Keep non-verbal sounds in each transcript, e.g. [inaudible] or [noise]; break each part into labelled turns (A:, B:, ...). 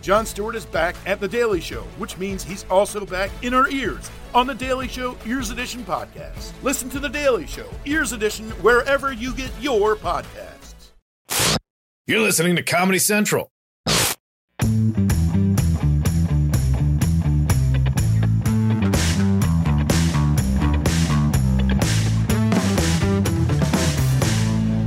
A: Jon Stewart is back at The Daily Show, which means he's also back in our ears on The Daily Show Ears Edition podcast. Listen to The Daily Show Ears Edition wherever you get your podcasts.
B: You're listening to Comedy Central.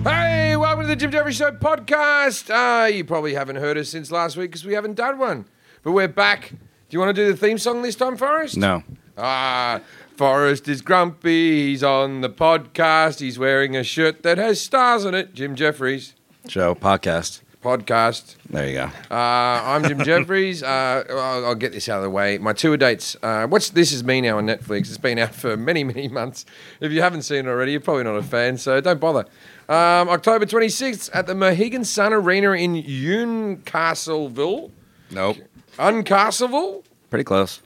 C: Hey, welcome to the Jim Jeffries Show podcast. Uh, you probably haven't heard us since last week because we haven't done one, but we're back. Do you want to do the theme song this time, Forrest?
D: No.
C: Ah, Forrest is grumpy. He's on the podcast. He's wearing a shirt that has stars on it. Jim Jeffries
D: Show podcast.
C: podcast.
D: There you go.
C: Uh, I'm Jim Jeffries. Uh, I'll, I'll get this out of the way. My tour dates. Uh, what's this is me now on Netflix. It's been out for many, many months. If you haven't seen it already, you're probably not a fan, so don't bother. Um, October 26th at the Mohegan Sun Arena in Uncastleville,
D: Nope.
C: Uncastleville,
D: Pretty close.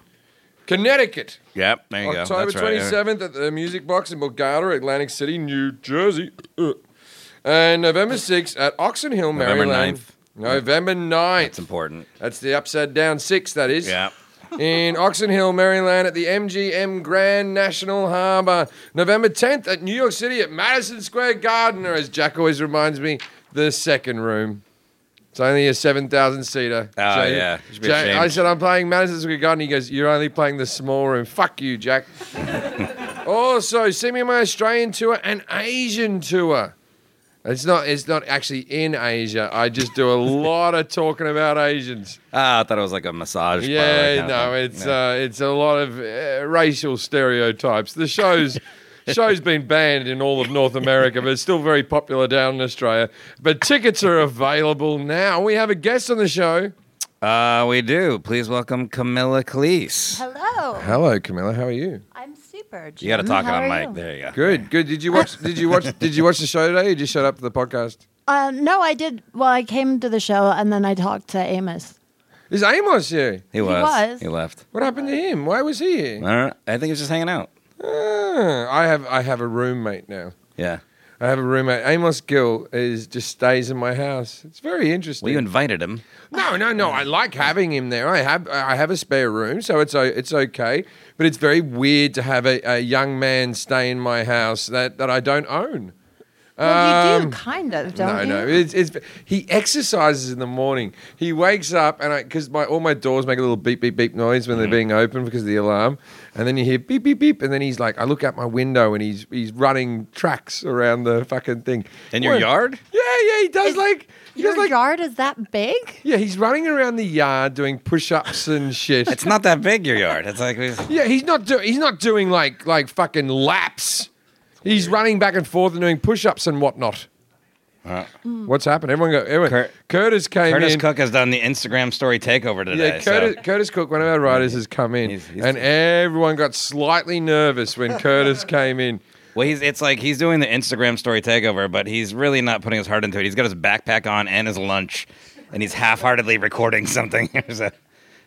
C: Connecticut.
D: Yep. There you go.
C: October
D: That's right.
C: 27th at the Music Box in Borgata, Atlantic City, New Jersey. Uh. And November 6th at Oxon Hill,
D: November
C: Maryland.
D: 9th.
C: November 9th.
D: It's important.
C: That's the upside down six, that is.
D: Yeah.
C: In Oxon Hill, Maryland, at the MGM Grand National Harbor. November 10th at New York City at Madison Square Garden, or as Jack always reminds me, the second room. It's only a 7,000 seater.
D: Oh,
C: Jay-
D: yeah. You should be
C: Jay- I
D: ashamed.
C: said, I'm playing Madison Square Garden. He goes, You're only playing the small room. Fuck you,
D: [laughs]
C: Jack. also, see me on my Australian tour and Asian tour. It's not, it's not actually in Asia. I just do a lot of talking about Asians.
D: Ah, I thought it was like a massage. parlor
C: Yeah,
D: kind of
C: no,
D: thing.
C: it's uh, it's a lot of uh, racial stereotypes. The
D: [laughs]
C: show's show's been banned in all of North America, but it's still very popular down in Australia. But tickets are available now. We have a guest on the show.
D: Uh, we do. Please welcome Camilla Cleese.
E: Hello.
C: Hello, Camilla. How are you?
E: I'm super.
D: You got to
E: Jim.
D: talk
E: How
D: on
E: are
D: mic.
E: you?
D: There you go.
C: Good, good. Did you watch? Did you
D: [laughs]
C: watch? Did you watch the show today? Or just showed up for the podcast?
E: Uh, no, I did. Well, I came to the show and then I talked to Amos.
C: Is Amos here?
D: He was.
E: was.
D: He left.
C: What happened to him? Why was he
D: I
C: here?
D: don't know. I think he was just hanging out.
C: Ah, I have I have a roommate now.
D: Yeah.
C: I have a roommate. Amos Gill is just stays in my house. It's very interesting.
D: Well, you invited him.
C: No, no, no. I like having him there. I have I have a spare room, so it's o- it's okay. But it's very weird to have a, a young man stay in my house that, that I don't own.
E: Well, you
C: Um,
E: do kind of, don't
C: no,
E: you?
C: no. It's, it's he exercises in the morning. He wakes up and I because my all my doors make a little beep beep beep noise when they're
E: Mm-hmm.
C: being opened because of the alarm, and then you hear beep beep beep, and then he's like, I look out my window and he's he's running tracks around the fucking thing
D: In your
C: Well,
D: yard?
C: Yeah, yeah. He does
E: Is
C: like he
E: Your
C: does like
E: yard is that big?
C: yeah, he's running around the yard doing push-ups and shit.
D: It's not that big, your yard.
C: [laughs]
D: It's like.
C: yeah, he's not doing he's not doing like like fucking laps. He's running back and forth and doing push-ups and whatnot.
D: Alright.
C: What's happened? Everyone go. Everyone,
D: Cur-
C: Curtis came
D: Curtis
C: in.
D: Cook has done the Instagram story takeover today.
C: yeah, Curtis,
D: so-
C: Curtis Cook, one of our writers, has come in,
D: He's- he's-
C: and everyone got slightly nervous when
D: [laughs]
C: Curtis came in.
D: Well, he's it's like he's doing the Instagram story takeover, but he's really not putting his heart into it. He's got his backpack on and his lunch, and he's half-heartedly recording [laughs] something. There's a-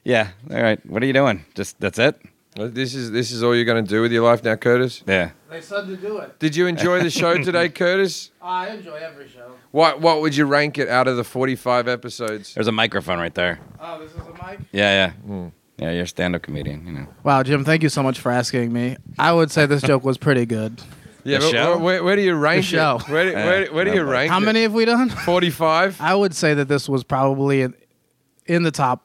D: yeah, all right. What are you doing? Just that's it.
C: Uh, This is this is all you're going to do with your life now, Curtis.
D: Yeah.
F: They said to do it.
C: Did you enjoy the
D: [laughs]
C: show today, Curtis?
F: I enjoy every show.
C: What what would you rank it out of the 45 episodes?
D: There's a microphone right there.
F: Oh, this is a mic?
D: Yeah, yeah,
C: Hmm.
D: yeah. You're a stand-up comedian, you know.
F: Wow, Jim, thank you so much for asking me. I would say this joke was pretty good.
C: Yeah,
D: The
C: but
D: show?
C: wh- Where, where do you rank
F: show.
C: it? Where, do- where, where do you rank
F: How
C: it?
F: many have we done?
C: 45?
F: I would say that this was probably in, in the top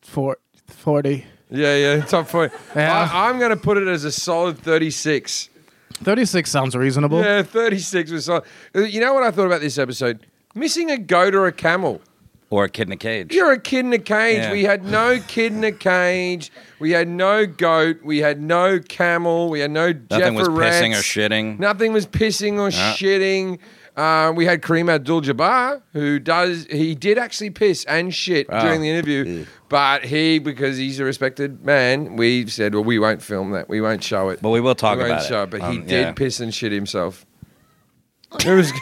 F: four, 40.
C: Yeah, yeah, top 40.
F: Yeah.
C: I, I'm going to put it as a solid 36.
F: 36 sounds reasonable.
C: Yeah, 36 was solid. Uh, You know what I thought about this episode? Missing a goat or a camel.
D: Or a kid in a cage.
C: You're a kid in a cage.
D: Yeah.
C: We had no kid in a cage. We had no goat. We had no camel. We had no
D: Nothing was
C: Jefferettes.
D: pissing or shitting.
C: Nothing was pissing or shitting. Uh, we had Kareem Abdul-Jabbar, who does he did actually piss and shit
D: Wow.
C: during the interview, but he because he's a respected man, we said, well, we won't film that, we won't show it,
D: But we will talk
C: we won't
D: about
C: show
D: it.
C: But he [laughs]
D: Um,
C: did
D: yeah.
C: piss and shit himself. It was [laughs]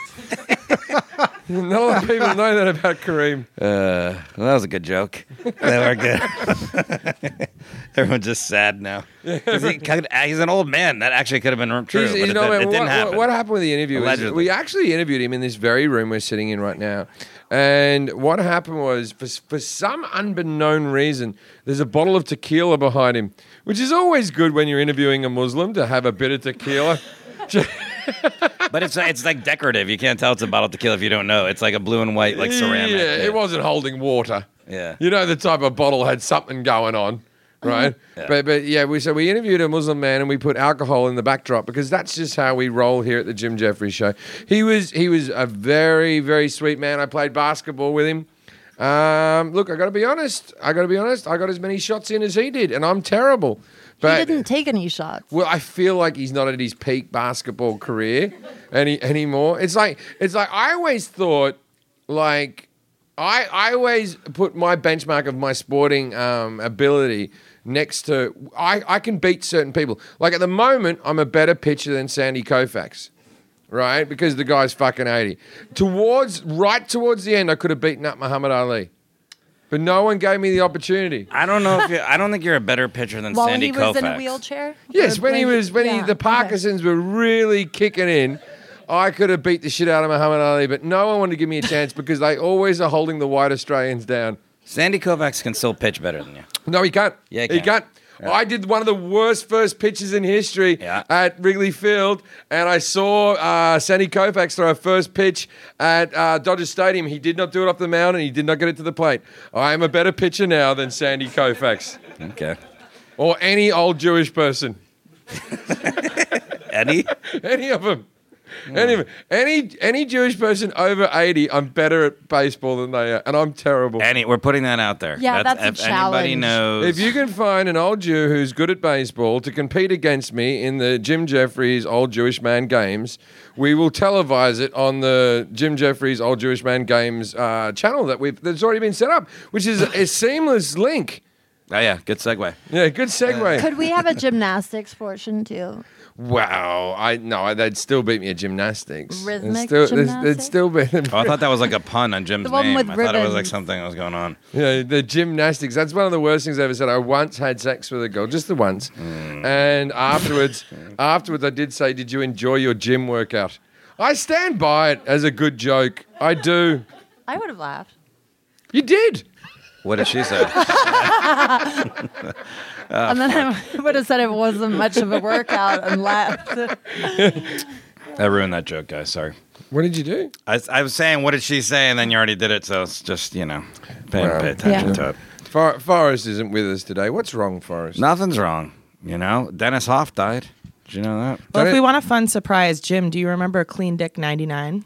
C: Not a lot of people know that about Kareem.
D: Uh, well, that was a good joke. [laughs] That worked good. Everyone's just
C: [laughs]
D: sad now. 'Cause he could- he's an old man. That actually could have been true.
C: He's-
D: but
C: he's
D: it,
C: not-
D: did,
C: what,
D: not happen.
C: What, what happened with the interview? is
D: Allegedly.
C: we actually interviewed him in this very room we're sitting in right now. And what happened was, for, for some unbeknown reason, there's a bottle of tequila behind him, which is always good when you're interviewing a Muslim to have a bit of
D: [laughs]
C: tequila.
D: but it's it's like decorative. You can't tell it's a bottle to kill if you don't know. It's like a blue and white like ceramic.
C: Yeah, it wasn't holding water.
D: Yeah. Mm-hmm.
C: You know the type of bottle had something going on, right?
D: Yeah.
C: But but yeah, we so we interviewed a Muslim man and we put alcohol in the backdrop because that's just how we roll here at the Jim Jeffries show. He was he was a very very sweet man. I played basketball with him. Um, look, I got to be honest. I got to be honest. I got as many shots in as he did, and I'm terrible. But
E: he didn't take any shots.
C: well, I feel like he's not at his peak basketball career any anymore. It's like it's like I always thought like I I always put my benchmark of my sporting um, ability next to I, I can beat certain people. Like at the moment, I'm a better pitcher than Sandy Koufax. Right? Because the guy's fucking 80. Towards right towards the end, I could have beaten up Muhammad Ali. But no one gave me the opportunity.
D: I don't know if you, I don't think you're a better pitcher than
E: While
D: Sandy
E: he was
D: Koufax.
E: in a wheelchair.
C: Yes,
E: Or
C: when he
E: when-
C: was when he,
E: yeah,
C: the
E: okay.
C: Parkinsons were really kicking in, I could have beat the shit out of Muhammad Ali, but no one wanted to give me a chance because they always are holding the white Australians down.
D: Sandy Koufax can still pitch better than you.
C: No, he can't.
D: Yeah, he
C: he
D: can.
C: can't. I did one of the worst first pitches in history
D: Yeah.
C: at Wrigley Field, and I saw uh, Sandy Koufax throw a first pitch at uh, Dodger Stadium. He did not do it off the mound, and he did not get it to the plate. I am a better pitcher now than Sandy Koufax
D: Okay.
C: or any old Jewish person.
D: Eddie?
C: any of them. Any, of 'em. any any Jewish person over eighty, I'm better at baseball than they are, and I'm terrible.
D: Eddie, we're putting that out there.
E: Yeah,
D: if
E: that's a
D: anybody
E: challenge.
D: knows.
C: if you can find an old Jew who's good at baseball to compete against me in the Jim Jeffries Old Jewish Man Games, we will televise it on the Jim Jeffries Old Jewish Man Games uh, channel that we've that's already been set up, which is a seamless link.
D: oh yeah, good segue.
C: Yeah, good segue.
E: Could
C: [laughs]
E: we have a gymnastics portion too?
C: wow, I no, they'd still beat me at gymnastics. They'd
E: Rhythmic
C: still, they'd- They'd
E: gymnastics?
C: still beat them.
D: Oh, I thought that was like a pun on Jim's
E: The one
D: name.
E: with
D: I thought it was like
E: ribbons.
D: something that was going on.
C: Yeah, the gymnastics. That's one of the worst things I ever said. I once had sex with a girl, just the once,
D: Mm.
C: and
D: [laughs]
C: afterwards, afterwards, I did say, "Did you enjoy your gym workout?" I stand by it as a good joke. I do.
E: I would have laughed.
C: You did.
D: What did she
E: [laughs]
D: say?
C: Uh,
E: and then I [laughs] would have said it wasn't much of a workout
C: [laughs]
E: and laughed.
D: I ruined that joke, guys. Sorry.
C: What did you do?
D: I, I was saying, what did she say? And then you already did it, so it's just you know, pay,
C: Wow.
D: pay attention
E: Yeah.
D: to it.
C: For- Forrest isn't with us today. What's wrong, Forrest?
D: Nothing's wrong. You know, Dennis Hoff died. Did you know that?
G: Well,
C: Don't
G: if
C: it-
G: we want a fun surprise, Jim, do you remember Clean Dick 99?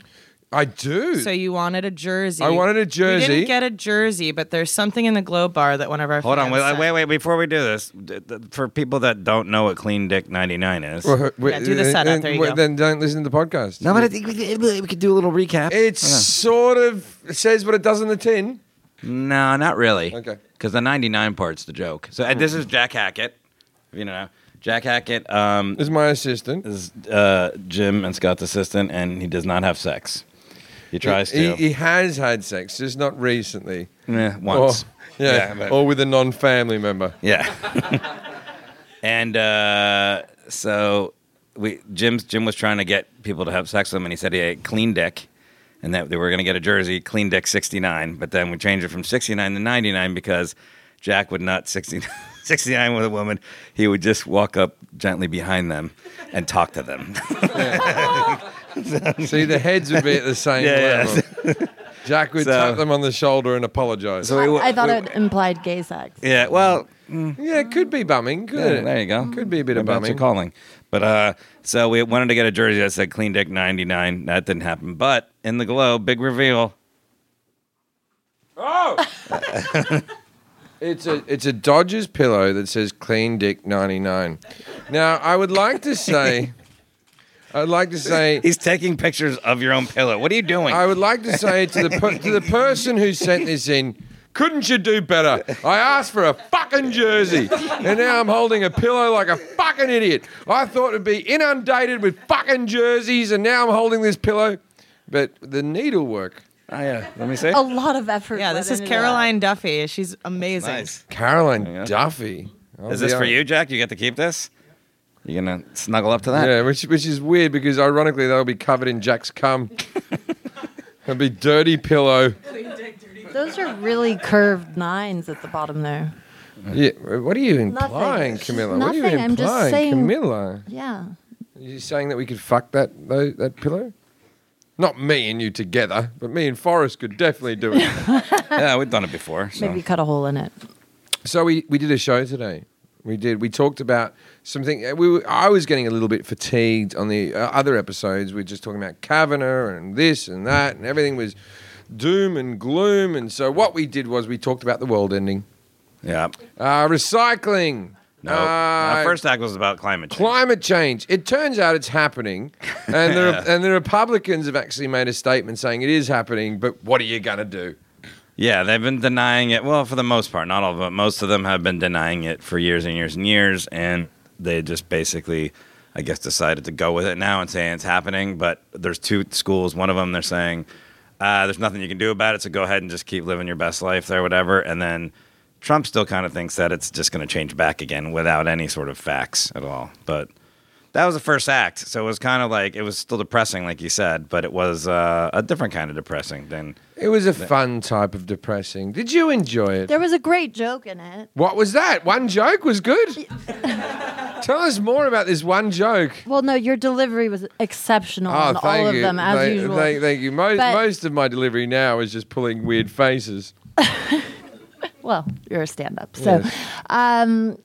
C: I do.
G: So you wanted a jersey.
C: I wanted a
G: You
C: jersey.
G: didn't get a jersey, but there's something in the globe bar that one of our
D: Hold on,
G: fans
D: wait,
G: sent.
D: wait, wait. Before we do this, d- d- for people that don't know what Clean Dick 99 is,
C: Well, we-
G: Yeah, do the setup.
C: then-
G: There you
C: well,
G: go.
C: Then don't listen to the podcast.
D: no, but I think we, could- we could do a little recap.
C: it sort of says what it does on the tin.
D: No, not really.
C: Okay.
D: Because the 99 part's the joke. So and this is Jack Hackett. If you don't know, Jack Hackett um,
C: Is my assistant.
D: is uh, Jim and Scott's assistant, and he does not have sex. He tries
C: He,
D: to.
C: he has had sex, just not recently.
D: Eh, once.
C: Or, yeah,
D: but-
C: or with a non-family member.
D: Yeah. [laughs] and uh, so we Jim's Jim was trying to get people to have sex with him, and he said he had a clean dick, and that they were going to get a jersey clean dick sixty nine, but then we changed it from sixty nine to ninety nine because Jack would not [laughs] 69, 69 with a woman. He would just walk up gently behind them and talk to them. [laughs]
C: See, the heads would be
D: [laughs]
C: at the same
D: Yeah, yeah.
C: level. Jack would
D: So-
C: tap them on the shoulder and apologise.
D: So we-
E: I thought
D: we-
E: it implied gay sex.
D: yeah, well,
C: yeah, it could be bumming. Could
D: Yeah,
C: it?
D: there you go.
C: Could be a bit of
D: Maybe that's
C: bumming.
D: your calling. But uh, so we wanted to get a jersey that said Clean Dick 99. That didn't happen. But in the globe, big reveal.
C: It's a it's a Dodgers pillow that says "Clean Dick 99." Now, I would like to
D: [laughs]
C: say, I'd like to say,
D: He's taking pictures of your own pillow. What are you doing?
C: I would like to say to the per- to the person who sent this in, couldn't you do better? I asked for a fucking jersey, and now I'm holding a pillow like a fucking idiot. I thought it'd be inundated with fucking jerseys, and now I'm holding this pillow. But the needlework
D: Oh, yeah. Let me see.
E: A lot of effort.
G: Yeah, this
E: went
G: is
E: into
G: Caroline Duffy. She's amazing.
D: Nice.
C: Caroline Duffy. I'll
D: Is this
C: be
D: for
C: honest.
D: you, Jack? You get to keep this? You gonna snuggle up to that?
C: Yeah, which which is weird because ironically they'll be covered in Jack's
D: [laughs]
C: cum. It'll be dirty pillow.
E: that. Those are really curved nines at the bottom there.
C: Yeah, what are you implying,
E: She's
C: Camilla? What are you
E: nothing.
C: implying,
E: I'm just saying-
C: Camilla?
E: Yeah.
C: Are you saying that we could fuck that tho- that pillow? Not me and you together, but me and Forrest could definitely do it.
D: Yeah, we've done it before. So.
E: Maybe cut a hole in it.
C: So we, we did a show today. We did. We talked about something. uh, We were, I was getting a little bit fatigued on the uh, other episodes. We were just talking about Kavanaugh and this and that, and everything was doom and gloom. And so what we did was we talked about the world ending,
D: Yeah.
C: uh, recycling.
D: No.
C: uh,
D: Our first act was about climate change.
C: Climate change. It turns out it's happening, and the Re- and the Republicans have actually made a statement saying it is happening. But what are you gonna do?
D: yeah, they've been denying it. Well, for the most part, not all of them. Most of them have been denying it for years and years and years, and they just basically, I guess, decided to go with it now and saying it's happening. But there's two schools. One of them, they're saying uh, there's nothing you can do about it, so go ahead and just keep living your best life there, whatever. And then Trump still kind of thinks that it's just going to change back again without any sort of facts at all. But that was the first act so it was kind of like it was still depressing like you said but it was uh, a different kind of depressing than
C: It was a fun type of depressing. Did you enjoy it?
E: There was a great joke in it.
C: What was that? One joke was
E: [laughs]
C: good. Tell us more about this one joke.
E: Well, no, your delivery was exceptional on Oh, all of
C: Ah, you.
E: them as
C: Thank-
E: usual.
C: Thank, thank you. Most,
E: But-
C: most of my delivery now is just pulling weird faces.
E: well, you're a stand-up, so um,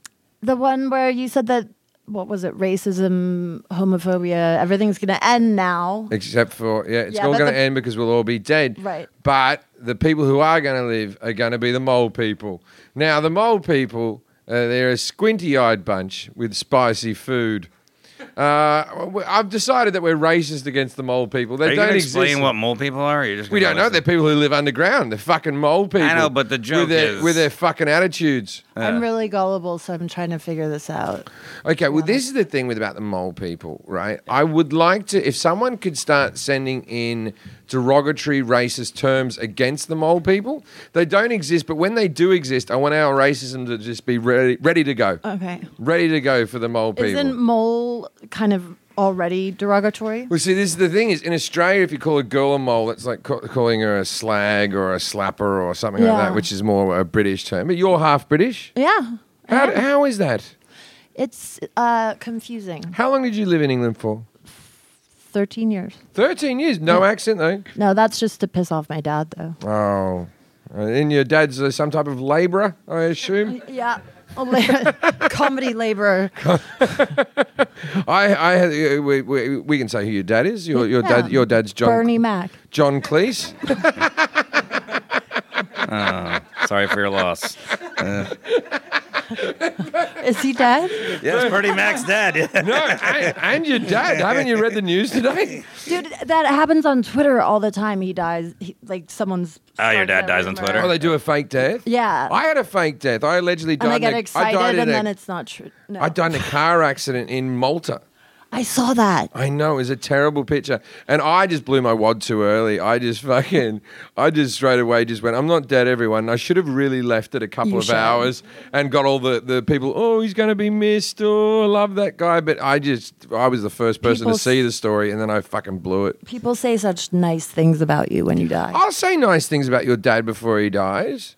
E: the one where you said that what was it? Racism, homophobia, everything's going to end now.
C: Except for yeah, it's
E: Yeah,
C: all
E: but
C: going to
E: the-
C: end because we'll all be dead.
E: Right.
C: But the people who are going to live are going to be the mole people. Now the mole people, uh, they're a squinty-eyed bunch with spicy food. Uh, we- I've decided that we're racist against the mole people. They
D: are you
C: don't
D: gonna
C: exist.
D: explain what mole people are or you're just
C: We
D: gonna
C: don't know.
D: listen?
C: They're people who live underground. They're fucking mole people.
D: know, but the joke
C: with their,
D: is-
C: with their fucking attitudes.
E: I'm really gullible, so I'm trying to figure this out.
C: Okay, well, this is the thing with about the mole people, right? I would like to, if someone could start sending in derogatory, racist terms against the mole people. They don't exist, but when they do exist, I want our racism to just be ready, ready to go,
E: Okay,
C: ready to go for the mole people.
E: Uh, isn't mole kind of already derogatory?
C: Well, see, this is the thing is in Australia, if you call a girl a mole, it's like ca- calling her a slag or a slapper or something like
E: Yeah.
C: that, which is more a British term. But you're half British.
E: Yeah,
C: How, how is that?
E: it's uh, confusing.
C: How long did you live in England for?
E: Thirteen years.
C: 13 years. No
E: Mm.
C: accent, though.
E: No, that's just to piss off my dad, though.
C: Oh. And your dad's uh, some type of labourer, I
E: [laughs]
C: assume.
E: Yeah.
C: [laughs]
E: A la- comedy laborer.
C: I, I, uh, we, we, we can say who your dad is. Your, your
E: Yeah.
C: dad, your dad's John,
E: Bernie Mac.
C: [laughs] John Cleese.
D: sorry for
C: [laughs]
D: your loss
E: Is he dead?
D: yes pretty max dead
C: no, and, and your dad. Haven't you read the news today?
E: Dude, that happens on Twitter all the time. He dies. He, like someone's.
D: Oh, your
E: starts
D: dad
E: that
D: dies on
E: rumor.
D: Twitter?
C: Oh, they do a fake death.
E: Yeah.
C: I had a fake death. I allegedly died.
E: and I
C: in
E: get
C: a-
E: excited,
C: died in
E: and
C: a-
E: then it's not true. No.
C: I died in a car accident in Malta.
E: I saw that.
C: I know it was a terrible picture, and I just blew my wad too early. I just fucking, I just straight away just went, "I'm not dead, everyone." I should have really left it a couple
E: You
C: of
E: should.
C: hours and got all the the people. Oh, he's going to be missed. Oh, I love that guy, but I just, I was the first person
E: People
C: to
E: s-
C: see the story, and then I fucking blew it.
E: People say such nice things about you when you die.
C: I'll say nice things about your dad before he dies.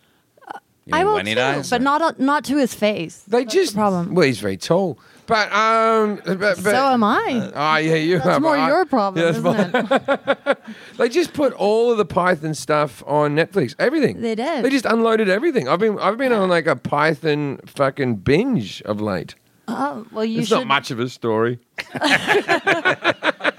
E: I will
D: when he
E: too,
D: dies,
E: but
D: or-
E: not not to his face.
C: They
E: That's the
C: just
E: problem.
C: Well, he's very tall, but um, but, but
E: so am I.
C: Oh, yeah, you
E: That's
C: are,
E: more
C: but I-
E: your problem,
C: Yeah, that's my-
E: isn't it?
C: They just put all of the Python stuff on Netflix. Everything.
E: They did.
C: They just unloaded everything. I've been I've been on like a Python fucking binge of late.
E: [laughs] Oh, well, you
C: it's
E: should.
C: not much of a story. [laughs]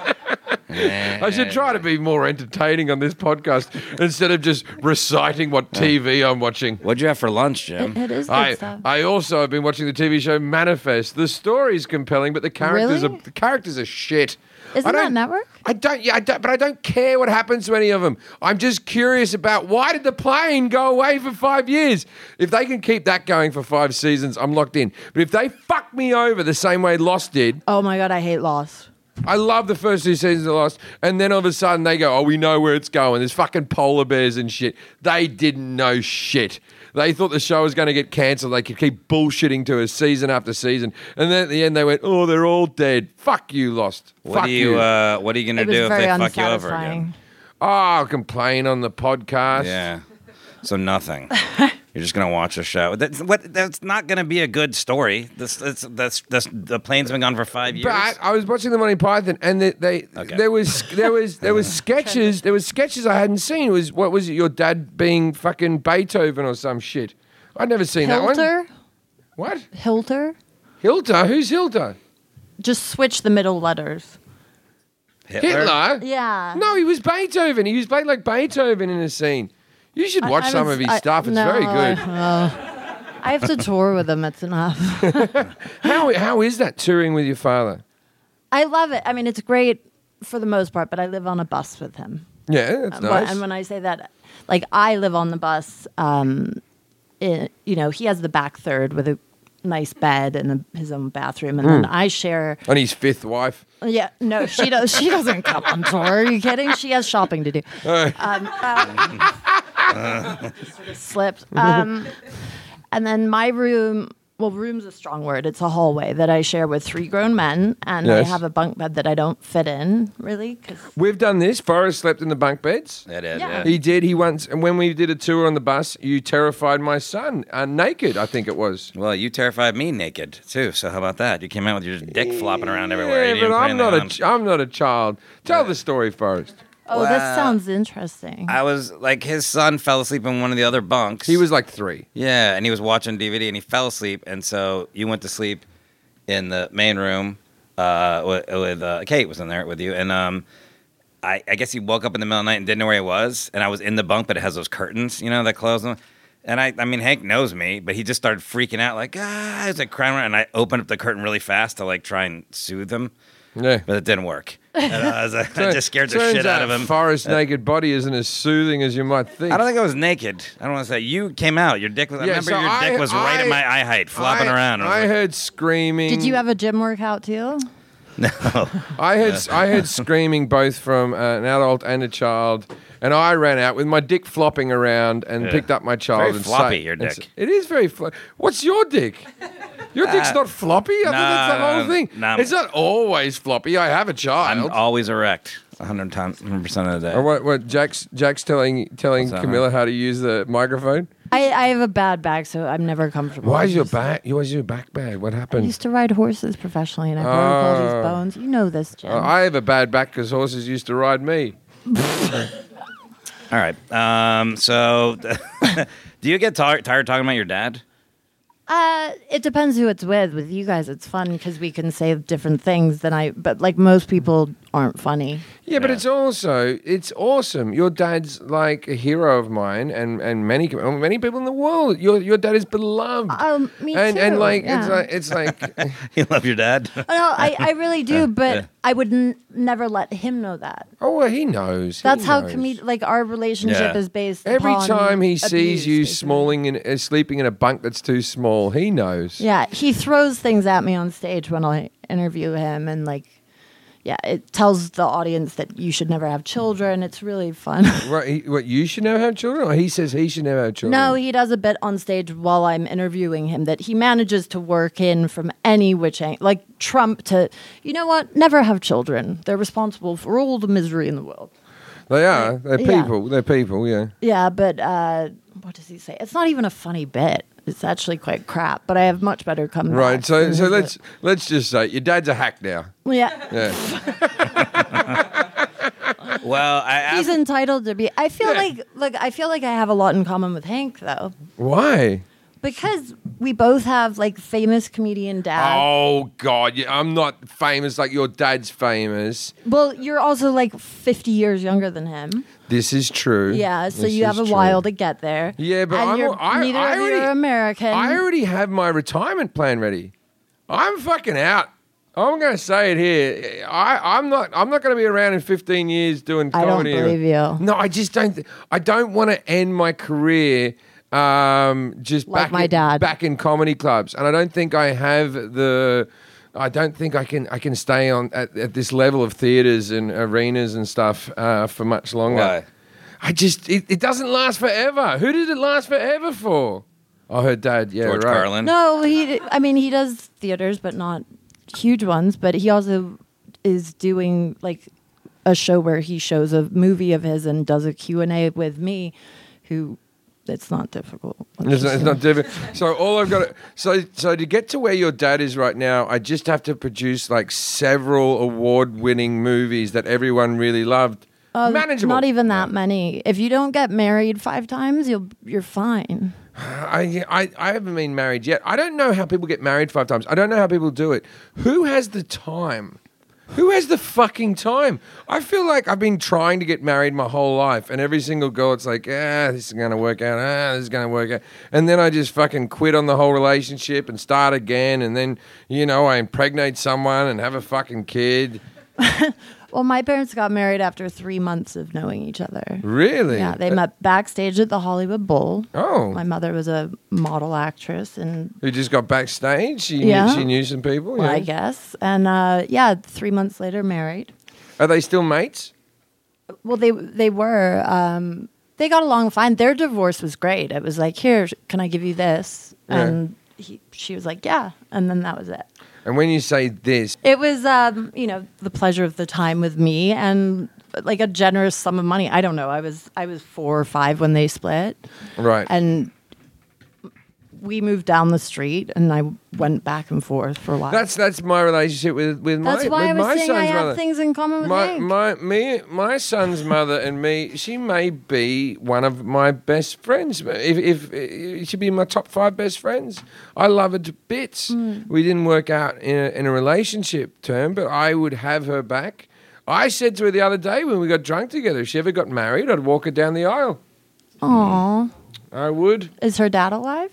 C: I should try to be more entertaining on this podcast instead of just reciting what TV I'm watching.
D: what'd you have for lunch
C: [laughs]
D: jim
E: It is good
C: I,
E: stuff.
C: I also have been watching the TV show Manifest. The story's compelling, but the characters
E: Really?
C: are the characters are shit.
E: Isn't
C: I
E: that
C: don't-
E: network?
C: I don't, yeah, I don't, but I don't care what happens to any of them. I'm just curious about why did the plane go away for five years? If they can keep that going for five seasons, I'm locked in. But if they fuck me over the same way Lost did,
E: oh my god, I hate loss.
C: I love the first two seasons of Lost, and then all of a sudden they go, "Oh, we know where it's going." There's fucking polar bears and shit. They didn't know shit. They thought the show was going to get cancelled. They could keep bullshitting to us season after season, and then at the end they went, "Oh, they're all dead. Fuck you, Lost.
D: What
C: Fuck
D: do you, Uh, what are you gonna
E: It was
D: do if
E: very
D: they fuck you over
E: unsatisfying.
D: again?
C: oh, I'll complain on the podcast.
D: Yeah. So
E: [laughs]
D: nothing. You're just gonna watch a show. That's what. That's not gonna be a good story. This. That's. That's. that's the plane's been gone for five years.
C: But I was watching the Monty Python, and they, they
D: Okay.
C: there was there
D: [laughs]
C: was there was sketches there was sketches I hadn't seen. It was what was it? Your dad being fucking Beethoven or some shit. I'd never seen that one.
E: Hilter?
C: What
E: Hilter?
C: Hilda? Who's Hilda?
E: Just switch the middle letters.
C: Hitler?
E: Yeah.
C: No, he was Beethoven. He was played like Beethoven in a scene. You should watch
E: I
C: some
E: haven't-
C: of his
E: I-
C: stuff. It's
E: no,
C: very good.
E: I- oh. I have to tour with him. It's enough.
C: How how is that touring with your father?
E: [laughs] I love it. I mean, it's great for the most part, but I live on a bus with him.
C: Yeah, that's
E: Uh, but-
C: nice.
E: And when I say that, like I live on the bus, um, it, you know, he has the back third with a nice bed and a, his own bathroom, and then
C: Hmm.
E: I share.
C: On his fifth wife.
E: Yeah, no, she does. She doesn't come on tour. Are you kidding? She has shopping to do. Um, uh, sort of [laughs] slipped. Um, and then my room. Well, room's a strong word. It's a hallway that I share with three grown men, and
C: Yes.
E: I have a bunk bed that I don't fit in really. 'cause-
C: We've done this. Forrest slept in the bunk beds.
D: That is.
E: Yeah.
D: Yeah.
C: He did. He once, and when we did a tour on the bus, you terrified my son uh, naked. I think it was.
D: Well, you terrified me naked too. So how about that? You came out with your dick flopping around everywhere. You
C: Yeah,
D: didn't
C: but
D: put
C: I'm not
D: anything
C: a
D: on.
C: ch- I'm not a child. Tell the story first.
E: Oh, this sounds interesting.
D: I was like, his son fell asleep in one of the other bunks.
C: He was like three.
D: Yeah, and he was watching DVD and he fell asleep, and so you went to sleep in the main room uh, with, with uh, Kate was in there with you, and um, I, I guess he woke up in the middle of the night and didn't know where he was, and I was in the bunk, but it has those curtains, you know, that close them. And I, I mean, Hank knows me, but he just started freaking out, like ah, I was like crying, around, and I opened up the curtain really fast to like try and soothe him,
C: Yeah.
D: but it didn't work. And I, was, [laughs] like, I just scared the
C: Turns
D: shit out of him.
C: Forrest's naked body isn't as soothing as you might think.
D: I don't think I was naked. I don't want to say you came out. Your dick was. I
C: Yeah,
D: remember
C: so
D: your
C: I-
D: dick was right
C: I-
D: at my eye height, flopping
C: I-
D: around.
C: I
D: was
C: heard screaming.
E: Did you have a gym workout too?
C: I heard I heard screaming both from uh, an adult and a child, and I ran out with my dick flopping around and
D: Yeah.
C: picked up my child.
D: Very
C: and
D: floppy,
C: sa-
D: your
C: and sa-
D: dick.
C: it is very floppy. What's your dick? Your dick's not floppy. I think that's the
D: nah,
C: whole thing.
D: nah.
C: it's not always floppy. I have a
D: like,
C: child.
D: I'm always erect, 100 times, 100 percent of the day.
C: Oh, what, what Jack's Jack's telling telling
D: that,
C: Camilla how to use the microphone.
E: I, I have a bad back, so I'm never comfortable.
C: Why is
E: I
C: your
E: used-
C: back? Why's your back bad? What
E: I
C: happened?
E: used to ride horses professionally, and I broke all
C: Oh.
E: these bones. You know this, Jim.
C: Uh, I have a bad back because horses used to ride me.
D: All right. Um. So, [laughs] do you get tar- tired talking about your dad? [laughs]
E: Uh, it depends who it's with. With you guys, it's fun because we can say different things than I. But like most people aren't funny.
C: Yeah, but
D: Yeah.
C: it's also it's awesome. Your dad's like a hero of mine, and and many many people in the world. Your your dad is beloved.
E: Um, me
C: and
E: too.
C: and like
E: yeah.
C: it's like it's
E: [laughs]
C: like [laughs]
D: You love your dad.
E: Oh, no, I, I really do, but I would n- never let him know that.
C: oh well, he knows. He
E: That's how
C: knows.
E: comed- like our relationship
D: Yeah.
E: is based.
C: Every
E: upon
C: time he sees
E: abuse,
C: you
E: basically.
C: smalling in uh, sleeping in a bunk that's too small, he knows.
E: Yeah, he throws things at me on stage when I interview him, and like, yeah, it tells the audience that you should never have children. It's really fun. [laughs]
C: Right, he, what you should never have children, or he says he should never have children.
E: no, he does a bit on stage while I'm interviewing him that he manages to work in from any which angle, like Trump to, you know what? Never have children. They're responsible for all the misery in the world.
C: they are. They're
E: Yeah.
C: people. They're people. Yeah.
E: Yeah, but uh, what does he say? It's not even a funny bit. It's actually quite crap. But I have much better comebacks.
C: Right. So
E: than
C: so
E: [laughs] his-
C: let's let's just say your dad's a hack now.
E: yeah.
C: Yeah.
E: [laughs]
D: Well, I asked.
E: He's entitled to be. I feel
C: Yeah.
E: like look, I feel like I have a lot in common with Hank though.
C: Why?
E: Because we both have like famous comedian dad.
C: Oh God, yeah, I'm not famous like your dad's famous.
E: Well, you're also like 50 years younger than him.
C: This is true.
E: Yeah, so
C: This
E: you
C: is
E: have a
C: true.
E: while to get there.
C: Yeah, but
E: and
C: I'm-
E: you're,
C: I-
E: neither
C: I
E: of you
C: already-
E: are American.
C: I already have my retirement plan ready. I'm fucking out. I'm going to say it here. I, I'm not. I'm not going to be around in 15 years doing
E: I don't
C: comedy.
E: believe you.
C: No, I just don't. th- I don't want to end my career um, just
E: Like
C: back
E: my
C: in,
E: dad.
C: back in comedy clubs, and I don't think I have the I don't think I can I can stay on at, at this level of theaters and arenas and stuff uh, for much longer.
D: Why?
C: I just it, it doesn't last forever. Who did it last forever for? Oh, her dad. Yeah,
D: [laughs] George
C: right.
D: Carlin.
E: No, he. I mean, he does theaters, but not huge ones. But he also is doing like a show where he shows a movie of his and does a Q and A with me, who it's not difficult.
C: It's not, it's not different. So all I've got. To, so so to get to where your dad is right now, I just have to produce like several award-winning movies that everyone really loved.
E: Uh,
C: Manageable.
E: Not even that many. If you don't get married five times, you'll you're fine.
C: I, I I haven't been married yet. I don't know how people get married five times. I don't know how people do it. Who has the time? Who has the fucking time? I feel like I've been trying to get married my whole life, and every single girl, it's like, ah, this is gonna work out. Ah, this is gonna work out. And then I just fucking quit on the whole relationship and start again. And then you know, I impregnate someone and have a fucking kid.
E: Well, my parents got married after three months of knowing each other.
C: Really?
E: Yeah, they met backstage at the Hollywood Bowl.
C: Oh.
E: My mother was a model actress, and
C: Who just got backstage? She
E: Yeah.
C: knew, she knew some people.
E: well, I
C: yeah.
E: guess, and uh, yeah, three months later, married.
C: Are they still mates?
E: Well, they they were. Um, they got along fine. Their divorce was great. It was like, here, can I give you this?
C: Yeah.
E: And he, she was like, yeah. And then that was it.
C: And when you say this,
E: It was, um, you know, the pleasure of the time with me and like a generous sum of money. I don't know. I was I was four or five when they split,
C: right?
E: and we moved down the street, and I went back and forth for a while.
C: That's that's my relationship with with
E: That's
C: my
E: why I
C: with
E: was
C: my
E: saying I
C: son's
E: have
C: mother.
E: things in common with
C: my
E: Hank.
C: my me my son's mother and me. She may be one of my best friends. If if eh, she'd be my top five best friends, I love her to bits.
E: Hmm.
C: We didn't work out in a, in a relationship term, but I would have her back. I said to her the other day when we got drunk together, if she ever got married, I'd walk her down the aisle.
E: Aw,
C: I would.
E: is her dad alive?